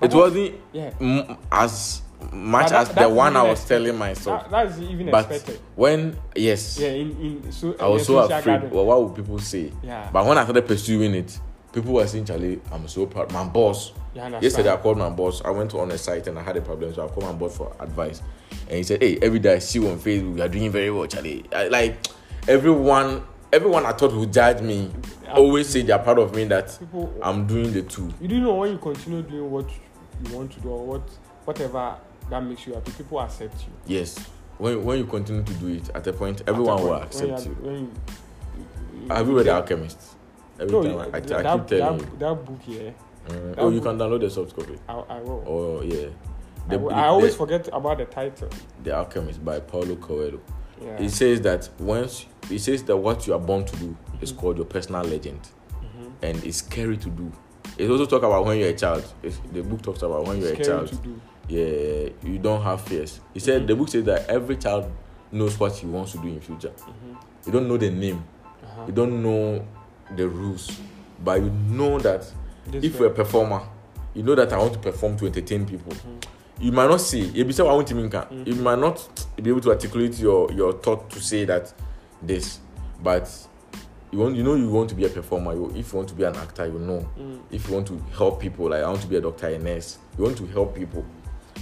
B: it
A: that-
B: wasn't
A: yeah.
B: m- as much
A: But that-
B: as the
A: that's
B: one I
A: really
B: was telling myself.
A: That, that is even
B: but
A: expected.
B: when, yes.
A: Yeah, in, in so
B: I was
A: in
B: so
A: social
B: afraid.
A: gathering.
B: Well, what would people say?
A: Yeah.
B: But when I started pursuing it, people were saying, Charlie, I'm so proud. My boss.
A: You understand?
B: Yesterday, I called my boss. I went on a site and I had a problem, so I called my boss for advice. And he said, Hey, every day I see you on Facebook, you are doing very well, Charlie. I, like, everyone. Everyone I thought who judge me always say they're proud of me that
A: People-
B: I'm doing the two.
A: you do know when you continue doing what you want to do or what whatever that makes you happy, people accept you.
B: Yes. When, when you continue to do it, at a point, everyone will
A: At a point,
B: accept you.
A: When you, are- when
B: Have you
A: you,
B: read The Alchemist? Every
A: no,
B: time I, I,
A: that,
B: I keep
A: that,
B: telling you.
A: that, that book, yeah,
B: Mm.
A: that
B: Oh, you
A: book-
B: can download the soft copy.
A: I, I will.
B: Oh yeah,
A: I,
B: the,
A: will- I always
B: the,
A: forget about the title.
B: the Alchemist by Paulo Coelho.
A: Yeah.
B: It says that once it says that what you are born to do is
A: Mm.
B: called your personal legend,
A: Mm-hmm.
B: and it's scary to do. It also talk about when you're a child. It's, the book talks about when you're a
A: Scary
B: child.
A: to Mm. do.
B: Yeah, you don't have fears. He said the book says that every child knows what he wants to do in future. You don't know the name,
A: Mm-hmm. Uh-huh.
B: you don't know the rules, but you know that
A: This
B: if
A: way.
B: you're a performer, you know that I want to perform to entertain people.
A: Mm-hmm.
B: You might not see. You be say, "I want to minka." You might not be able to articulate your your thought to say that this, but you want you know you want to be a performer. You, if you want to be an actor, you know.
A: Mm.
B: If you want to help people, like I want to be a doctor, a nurse. You want to help people.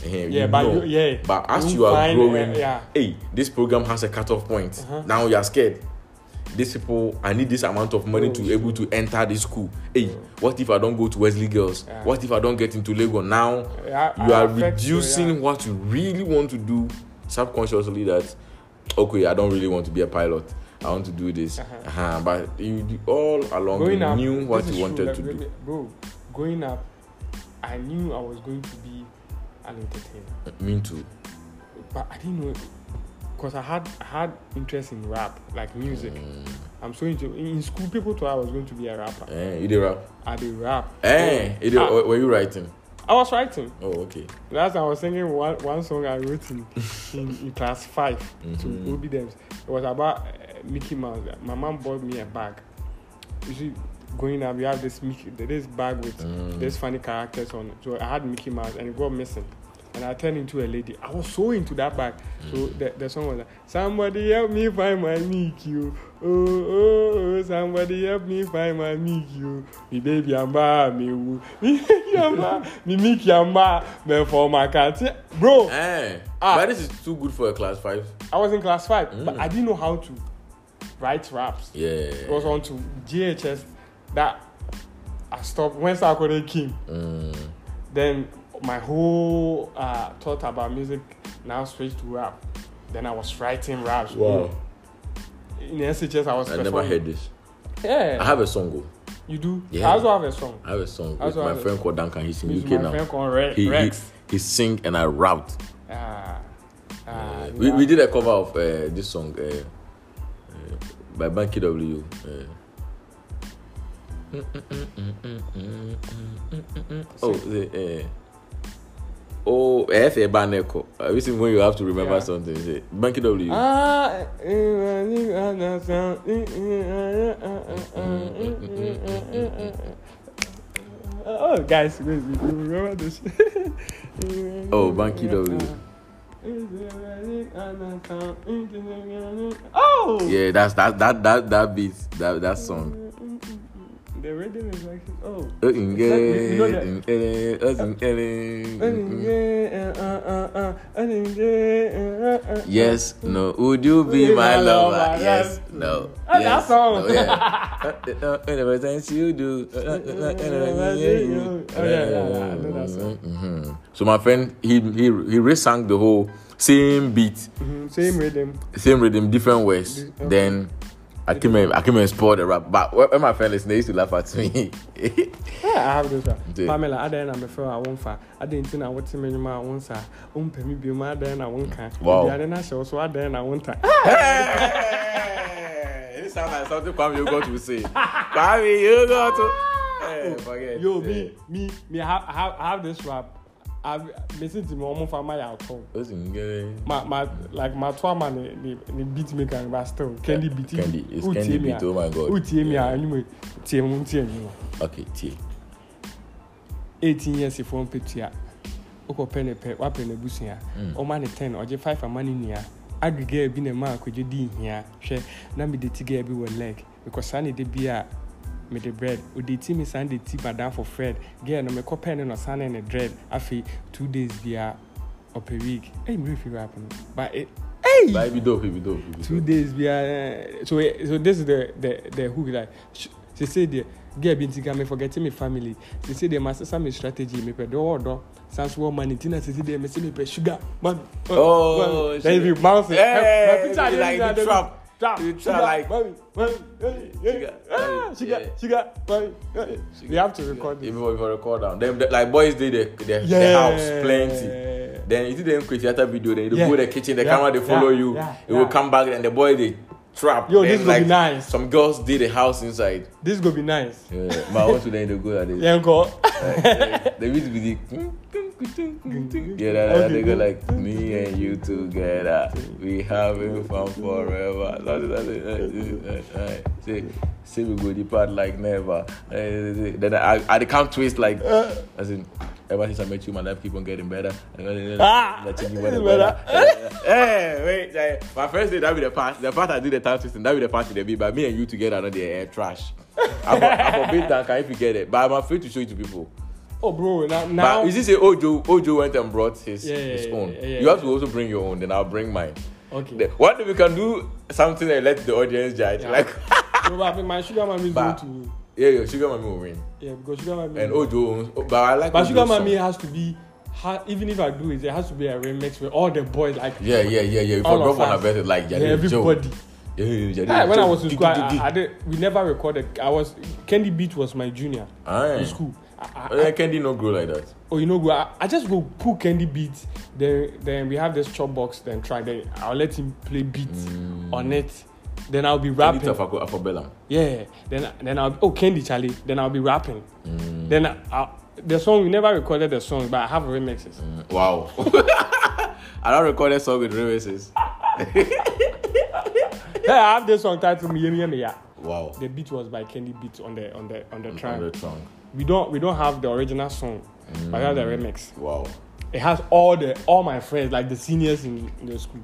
B: Eh,
A: Yeah,
B: you
A: but
B: know.
A: you- yeah.
B: But as
A: You
B: you are
A: find, uh,
B: growing,
A: yeah. Uh-huh.
B: hey, this program has a cutoff point. Now you are scared. These people, I need this amount of money
A: Oh,
B: to
A: shit.
B: able to enter this school. Hey, what if I don't go to Wesley Girls?
A: Yeah.
B: What if I don't get into Lagos? Now
A: Yeah, I-
B: you
A: I
B: are
A: affect you,
B: reducing
A: yeah.
B: what you really want to do subconsciously. That okay, I don't really want to be a pilot. I want to do this.
A: Uh-huh.
B: Uh-huh. But you you- all along
A: Going
B: you
A: up,
B: knew what
A: this
B: you
A: is true,
B: wanted to
A: like,
B: do.
A: bro. Going up, I knew I was going to be an entertainer,
B: Me too.
A: but I didn't know because I had I had interest in rap, like
B: Mm.
A: music. I'm so into in school. People thought I was going to be a rapper.
B: Eh, you did rap.
A: I did rap.
B: Eh, you did,
A: Ah.
B: were you writing?
A: I was writing.
B: Oh, okay.
A: Last time I was singing one, one song I wrote in, in, in class 5
B: Mm-hmm.
A: to Obi Dems. It was about uh, Mickey Mouse. My mom bought me a bag. You see, going up, you have this Mickey, this bag with
B: Mm.
A: these funny characters on it. So I had Mickey Mouse and it got missing. And I turned into a lady. I was so into that bag. So the, the song was like, Somebody help me find my Mickey. oh. Oh, oh, oh, somebody help me find my Mickey. oh. Me baby, I'm bad. Me, woo. me, Mickey, I'm bad. Me, Mickey, I'm bad. Me, for my cat. Bro,
B: Eh,
A: Ah.
B: but this is too good for a class five.
A: I was in class five,
B: Mm.
A: but I didn't know how to write raps.
B: Yeah.
A: It was on to GHS that I stopped when Sarkodie came.
B: Mm,
A: Then my whole uh, thought about music now switched to rap. Then I was writing raps.
B: wow.
A: In SHS, I was.
B: I never
A: performing.
B: heard this. I
A: Yeah,
B: have a song. oh.
A: you do.
B: Yeah.
A: I also have a song.
B: I have a song
A: That's
B: with
A: what
B: my
A: I-
B: friend called Duncan. He's in
A: With
B: UK
A: my
B: now.
A: friend called Re-
B: he, he,
A: Rex.
B: he sing and I rapped.
A: Ah, ah,
B: we,
A: yeah.
B: we did a cover of uh, this song uh, uh, by Banky W. Uh, oh, the, uh, oh, F a baneko. Uh, this is when you have to remember
A: Yeah.
B: something. Say, Banky W.
A: Ah, eh, eh, eh, eh, eh, eh, eh, eh, eh. Oh, guys, wait, wait, you remember this?
B: Oh, Banky W.
A: Oh!
B: Yeah, that's that that that that beat that that song.
A: The rhythm is like, oh.
B: Oh,
A: you know that-
B: in- eh, oh, in- eh, mm, mm. Yes, no. Would you be my lover? Yes, no.
A: Ah, that
B: yes,
A: song.
B: No, yeah. Uh, uh, Whatever things you do. uh, uh, uh, uh, yeah, you-
A: Oh, yeah, yeah, yeah, I know that song.
B: Mhm. So my friend, he he he re-sang the whole same beat,
A: Mhm, Same rhythm.
B: same rhythm, different words.
A: Di- okay.
B: Then I came in, I came and spoiled the rap. But when when my friend listened, they used to laugh at me.
A: Yeah, I have this one.
B: Yeah.
A: Pamela, I didn't have a fellow I won't fa. I didn't think I would see me my own sir. Um, Pemmy be my then I won't can.
B: Wow.
A: I didn't show so I didn't I won't Ah! time.
B: Hey! This sounds like something Kwame you got to say. Kwame you got to. Hey, forget.
A: Oh, Yo,
B: it.
A: me, me, me, I have, I have, I have this rap. I've listened to my own family at home.
B: Those in Gele-
A: My, my, like my two man, the, the, the beat maker, but still, Candy beat.
B: Candy, it's Candy beat. Oh my God.
A: Who team me? Anyway, team, team,
B: Okay, T.
A: 18 years if one picture. Oko pɛ ne pɛ wapɛ ne busua ɔma ne ten ɔgye five ama ne nua agege bi ne ma akɔgye di nhia hwɛ na mede ti gɛɛ bi wɔ leg because saa ne de bi a mede bread ɔde ti me san de ti madamfo fred gɛɛ no mekɔ pɛ ne no san ne ne dread afei two days bia ɔpɛ week ɛyi mmerɛ fi rap no but eh, it, hey!
B: But it be dope, it be dope, it be
A: two
B: dope.
A: days bia so eh, so this is the the the hook like sh- she say there girl bi ntika me forgetting me family she say there my sister me strategy me pɛ dɔwɔ dɔ sans wɔ money tina she say there me say me pɛ sugar man
B: Oh,
A: then if
B: shit.
A: you bounce it
B: Yeah,
A: my picture
B: like
A: dey
B: the
A: there dey
B: trap.
A: trap
B: The trap,
A: sugar
B: like-
A: mami mami
B: Sugar,
A: ah
B: mami,
A: sugar
B: yeah.
A: sugar mami mami we have to record this
B: Even if you record down. Them, the- like boys did the, the, the
A: Yeah.
B: house plenty. Then you did them create theater video, then you
A: Yeah.
B: go to the kitchen, the
A: Yeah,
B: camera they follow
A: yeah,
B: you.
A: yeah,
B: it will
A: yeah.
B: come back and the boys they trap.
A: Yo,
B: Then,
A: this will be
B: like,
A: nice.
B: Some girls did the house inside.
A: this go be nice
B: Yeah. but I want to then they go like this.
A: yanko
B: They used to be the Yeah, that, that they go like me and you together, we having fun forever. That's it, that's it, that's it, that's it, that's it. Say, say we go depart like never. Eh, eh, eh. Then I, I can't twist like
A: Uh.
B: as in. Ever since I met you, my life keep on getting better.
A: Ah!
B: Let you be better.
A: It's better.
B: Hey, wait, eh, my first day that be the part. The part I did the time twisting, that be the part they be. But me and you together, not the air eh, trash. I for- I forbid that if you get it, but I'm afraid to show it to people.
A: oh bro na now
B: But is this a Ojo? Ojo went and brought his,
A: Yeah, yeah,
B: his
A: yeah,
B: own.
A: yeah, yeah,
B: you have
A: yeah.
B: to also bring your own, then I'll bring mine.
A: okay.
B: The- One day we can do something and let the audience judge.
A: Yeah.
B: Like,
A: no, but I think my sugar mommy is
B: But-
A: going to
B: yeah, yeah, Sugar Mami will win.
A: yeah because sugar mommy
B: And Ojo owns, oh, but I like
A: Mm. but
B: Ojo's
A: sugar
B: song.
A: mommy has to be ha, even if I do it there has to be a remix with all the boys like
B: Yeah, yeah, yeah, yeah. You
A: All
B: forgot
A: of
B: one
A: us.
B: of it, like
A: yeah,
B: Jadid Joe.
A: everybody.
B: Yeah, yeah, Jadid
A: Yeah, Ah, when I
B: Joe.
A: was in
B: Di-
A: school,
B: di-
A: I,
B: di-
A: I did, we never recorded. I was Candy Beat was my junior
B: Aye.
A: in school. I, I,
B: Oh, yeah, candy no grow like that.
A: oh, you know, go- I, I just go pull candy beats. Then then we have this chop box. Then try. Then I'll let him play beats
B: Mm.
A: on it. Then I'll be rapping.
B: Candy tafako afobellam.
A: Yeah. Then then I'll oh Candy Charlie. Then I'll be rapping. Then I, I, the song we never recorded the song, but I have remixes.
B: Mm. Wow. I don't record that song with remixes.
A: yeah, I have this song titled Miyemi Yemi Ya.
B: Wow.
A: The beat was by Candy Beats on the on the on the track.
B: On the song.
A: We don't we don't have the original song, but we have the remix.
B: Wow.
A: It has all the all my friends like the seniors in the school.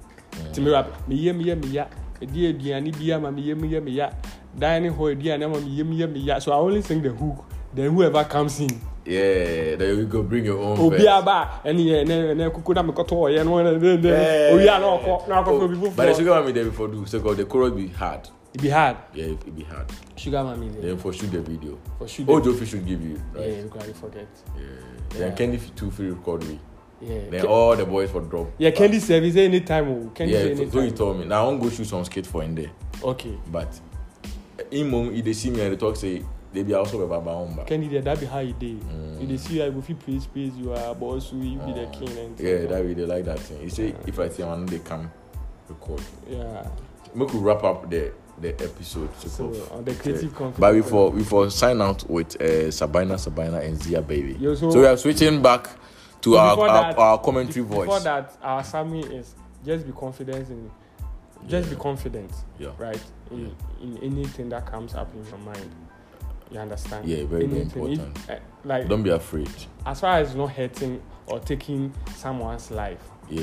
A: Ti mi rap mi ye mi ye mi ya edi eduane bi ama mi ye mi ye mi ya dining hall eduane ama mi ye mi ye mi ya so I only sing the hook then whoever comes in.
B: Yeah, there you go. Bring your own.
A: obi
B: verse.
A: aba ɛni yɛ ɛnɛ ɛnɛ kuku na mi kɔtɔ ɔyɛ no ɛnɛ ɛnɛ ɛnɛ owi a na ɔkɔ na ɔkɔ
B: Eh, Oh,
A: fɛ obi
B: But the
A: fufu
B: sugar mommy there before do. So called the chorus be hard.
A: it be hard
B: Yeah, it, it be hard.
A: sugar mami de
B: Then for shoot the video.
A: for sugar
B: Oh, Jofi should give you.
A: yeah
B: Right.
A: you gats forget
B: Then
A: Yeah.
B: Candy f- too free record me. Then
A: yeah
B: all the boys for drop. Ah,
A: yeah candy service anytime o candy
B: Yeah,
A: service
B: so so he
A: anytime
B: told me. Now I won't go shoot some skate for in there.
A: okay
B: But eh, in mom, if they see me and they talk, say they be also about my own back.
A: candy there that be how you dey
B: Mm.
A: you dey see how you go fit praise praise you are boss who you be the king and
B: Yeah, that way they like that thing. He say if I see one, they come record.
A: yeah
B: We could wrap up the the episode. So,
A: so
B: of-
A: on the creative conference
B: But we for we for sign out with uh, Sabina, Sabina, and Zia baby.
A: Yo, so-
B: so, we are switching back to our,
A: Before
B: our,
A: that-
B: our commentary
A: Be- before
B: voice.
A: that our summary is just be confident in just be confident
B: Yeah.
A: right in, in anything that comes up in your mind you understand
B: Yeah, very, very
A: if-
B: important.
A: eh, like
B: Don't be afraid.
A: as far as not hurting or taking someone's life
B: Yeah.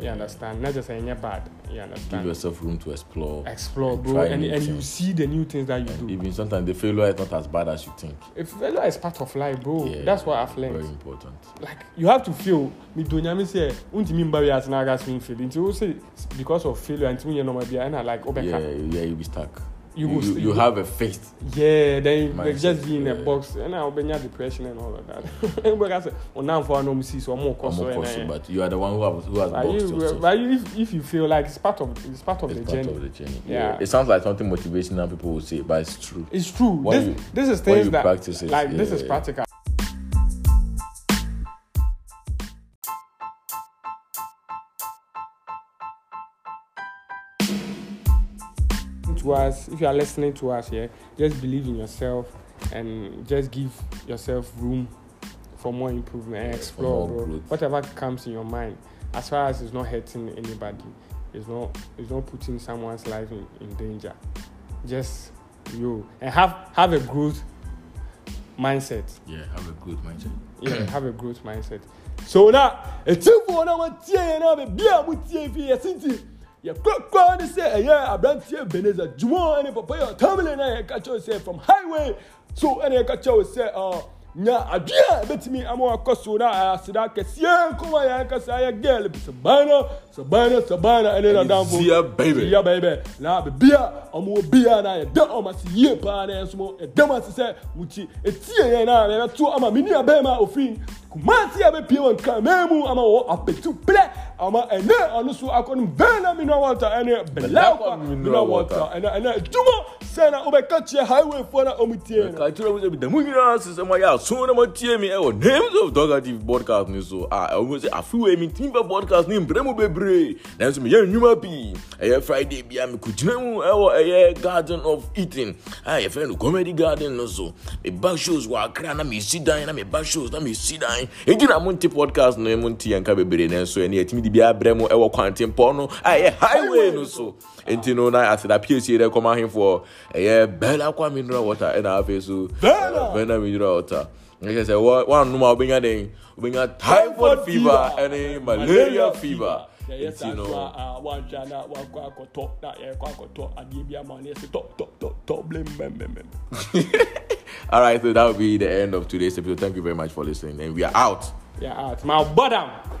A: you understand not just saying you're bad you
B: Give
A: understand
B: yourself room to explore.
A: explore
B: and
A: bro
B: try
A: and,
B: new
A: and you
B: things.
A: see the new things that you
B: And
A: do
B: even sometimes the failure is not as bad as you think.
A: if failure is part of life bro
B: Yeah,
A: Oh, that's what i've learned
B: Very important.
A: like you have to fail me donyame say untimi mba wi ase na aga sin fail nti o say because of failure nti unyɛ normal bia ɛna like
B: Yeah,
A: obɛka
B: yeah, you be stuck.
A: You
B: You,
A: will
B: you,
A: st-
B: you
A: you-
B: have a faith.
A: yeah then you
B: Mindset,
A: just be in a
B: yeah.
A: box ɛna obɛnya depression and all of that obɛka sɛ ɔnamfo a na ɔmo si so ɔmo kɔ
B: I'm
A: so
B: more cautious,
A: ɛna
B: but you are the one who has who has
A: but
B: boxed
A: eh." you
B: yourself.
A: but you if if you fail like it's part of it's part of
B: It's
A: the
B: part
A: journey
B: of the journey.
A: Yeah.
B: It sounds like something motivational people will say, but it's true.
A: it's true
B: When
A: this
B: you-
A: this is
B: when
A: things
B: you
A: that
B: practice it,
A: like this
B: yeah,
A: is
B: yeah.
A: practical. to us if you are listening to us here just believe in yourself and just give yourself room for more improvement and
B: Yeah, for
A: explore
B: more
A: bro.
B: growth.
A: whatever comes in your mind as far as it's not hurting anybody it's not it's not putting someone's life in, in danger just you and have have a growth mindset
B: Yeah, have a good mindset.
A: yeah have a growth mindset so now
C: ɛtifoɔ no wɔtie no bebia motie fii yɛse nti yɛkɔkɔ ne sɛ ɛyɛ aberanteɛ benesa dwuma ne papayɛ tamile no yɛka kyɛw sɛ from highway so ɛne yɛka kyɛw sɛ uh, nya adwea ɛbɛtumi ama wakɔ so no aseda kɛseɛ nkɔma yɛka saa yɛ gɛl bi sabana sabana sabana ɛne
B: And
C: nadamfo
B: Zia baby.
C: Zia baby na bebia ɔmo wɔ bia na yɛda ɔmo ase yie paa na yɛnso ɛda mo ase sɛ muti etie yɛn na yɛbɛto ama me nua bɛrima a ofiri kumasi a bɛpie wɔ nkraman mu ama wɔwɔ apetu plɛ ama ɛnɛ ɔno so akɔnum bɛrɛ mineral water ɛne
B: Belakwa
C: belakwa mineral
B: mineral
C: water
B: water.
C: ɛnɛ ɛnɛ edwuma sɛ na ɔbɛka kyerɛ highway foɔ na ɔmo tie no.
B: Ka kyerɛ mu sɛ bi da mu nyinaa sesɛ ma yɛ aso na matie me ɛwɔ names of dogative podcast ne so Ah, a ɛwɔ sɛ afewei mentim fa podcast ne mprɛ mu bebree nanso meyɛ nnwuma pii ɛyɛ friday bia mekɔgyina mu ɛwɔ ɛyɛ garden of eating a yɛfrɛ no comedy garden no so meba shows wɔ akra na mesi dan na meba shows na mesi dan ɛnti na monte podcast no monte yɛnka bebree nanso ɛne yɛtumi de e biaa brɛ mu ɛwɔ kwantempɔn no a ɛyɛ highway E no so ɛnti no na aseda piesie dɛ kɔma ahemfoɔ ɛyɛ bɛla E kwa mineral water ɛna afei so
C: Bella.
B: vena mineral water ɛkyɛ sɛ E wa- woanom a wobɛnya den wobɛnya typhoid fever ɛne malaria fever E
C: yɛyɛ saa
B: ɛnti
C: so
B: no
C: a wantwa na wakɔ akɔtɔ na eh, yɛkɔ akɔtɔ adeɛ bi ama ne yɛsɛ tɔ tɔ tɔ tɔ blame mɛmɛmɛmɛ.
B: all right so that will be the end of today's episode thank you very much for listening and we are out
A: yeah out my bottom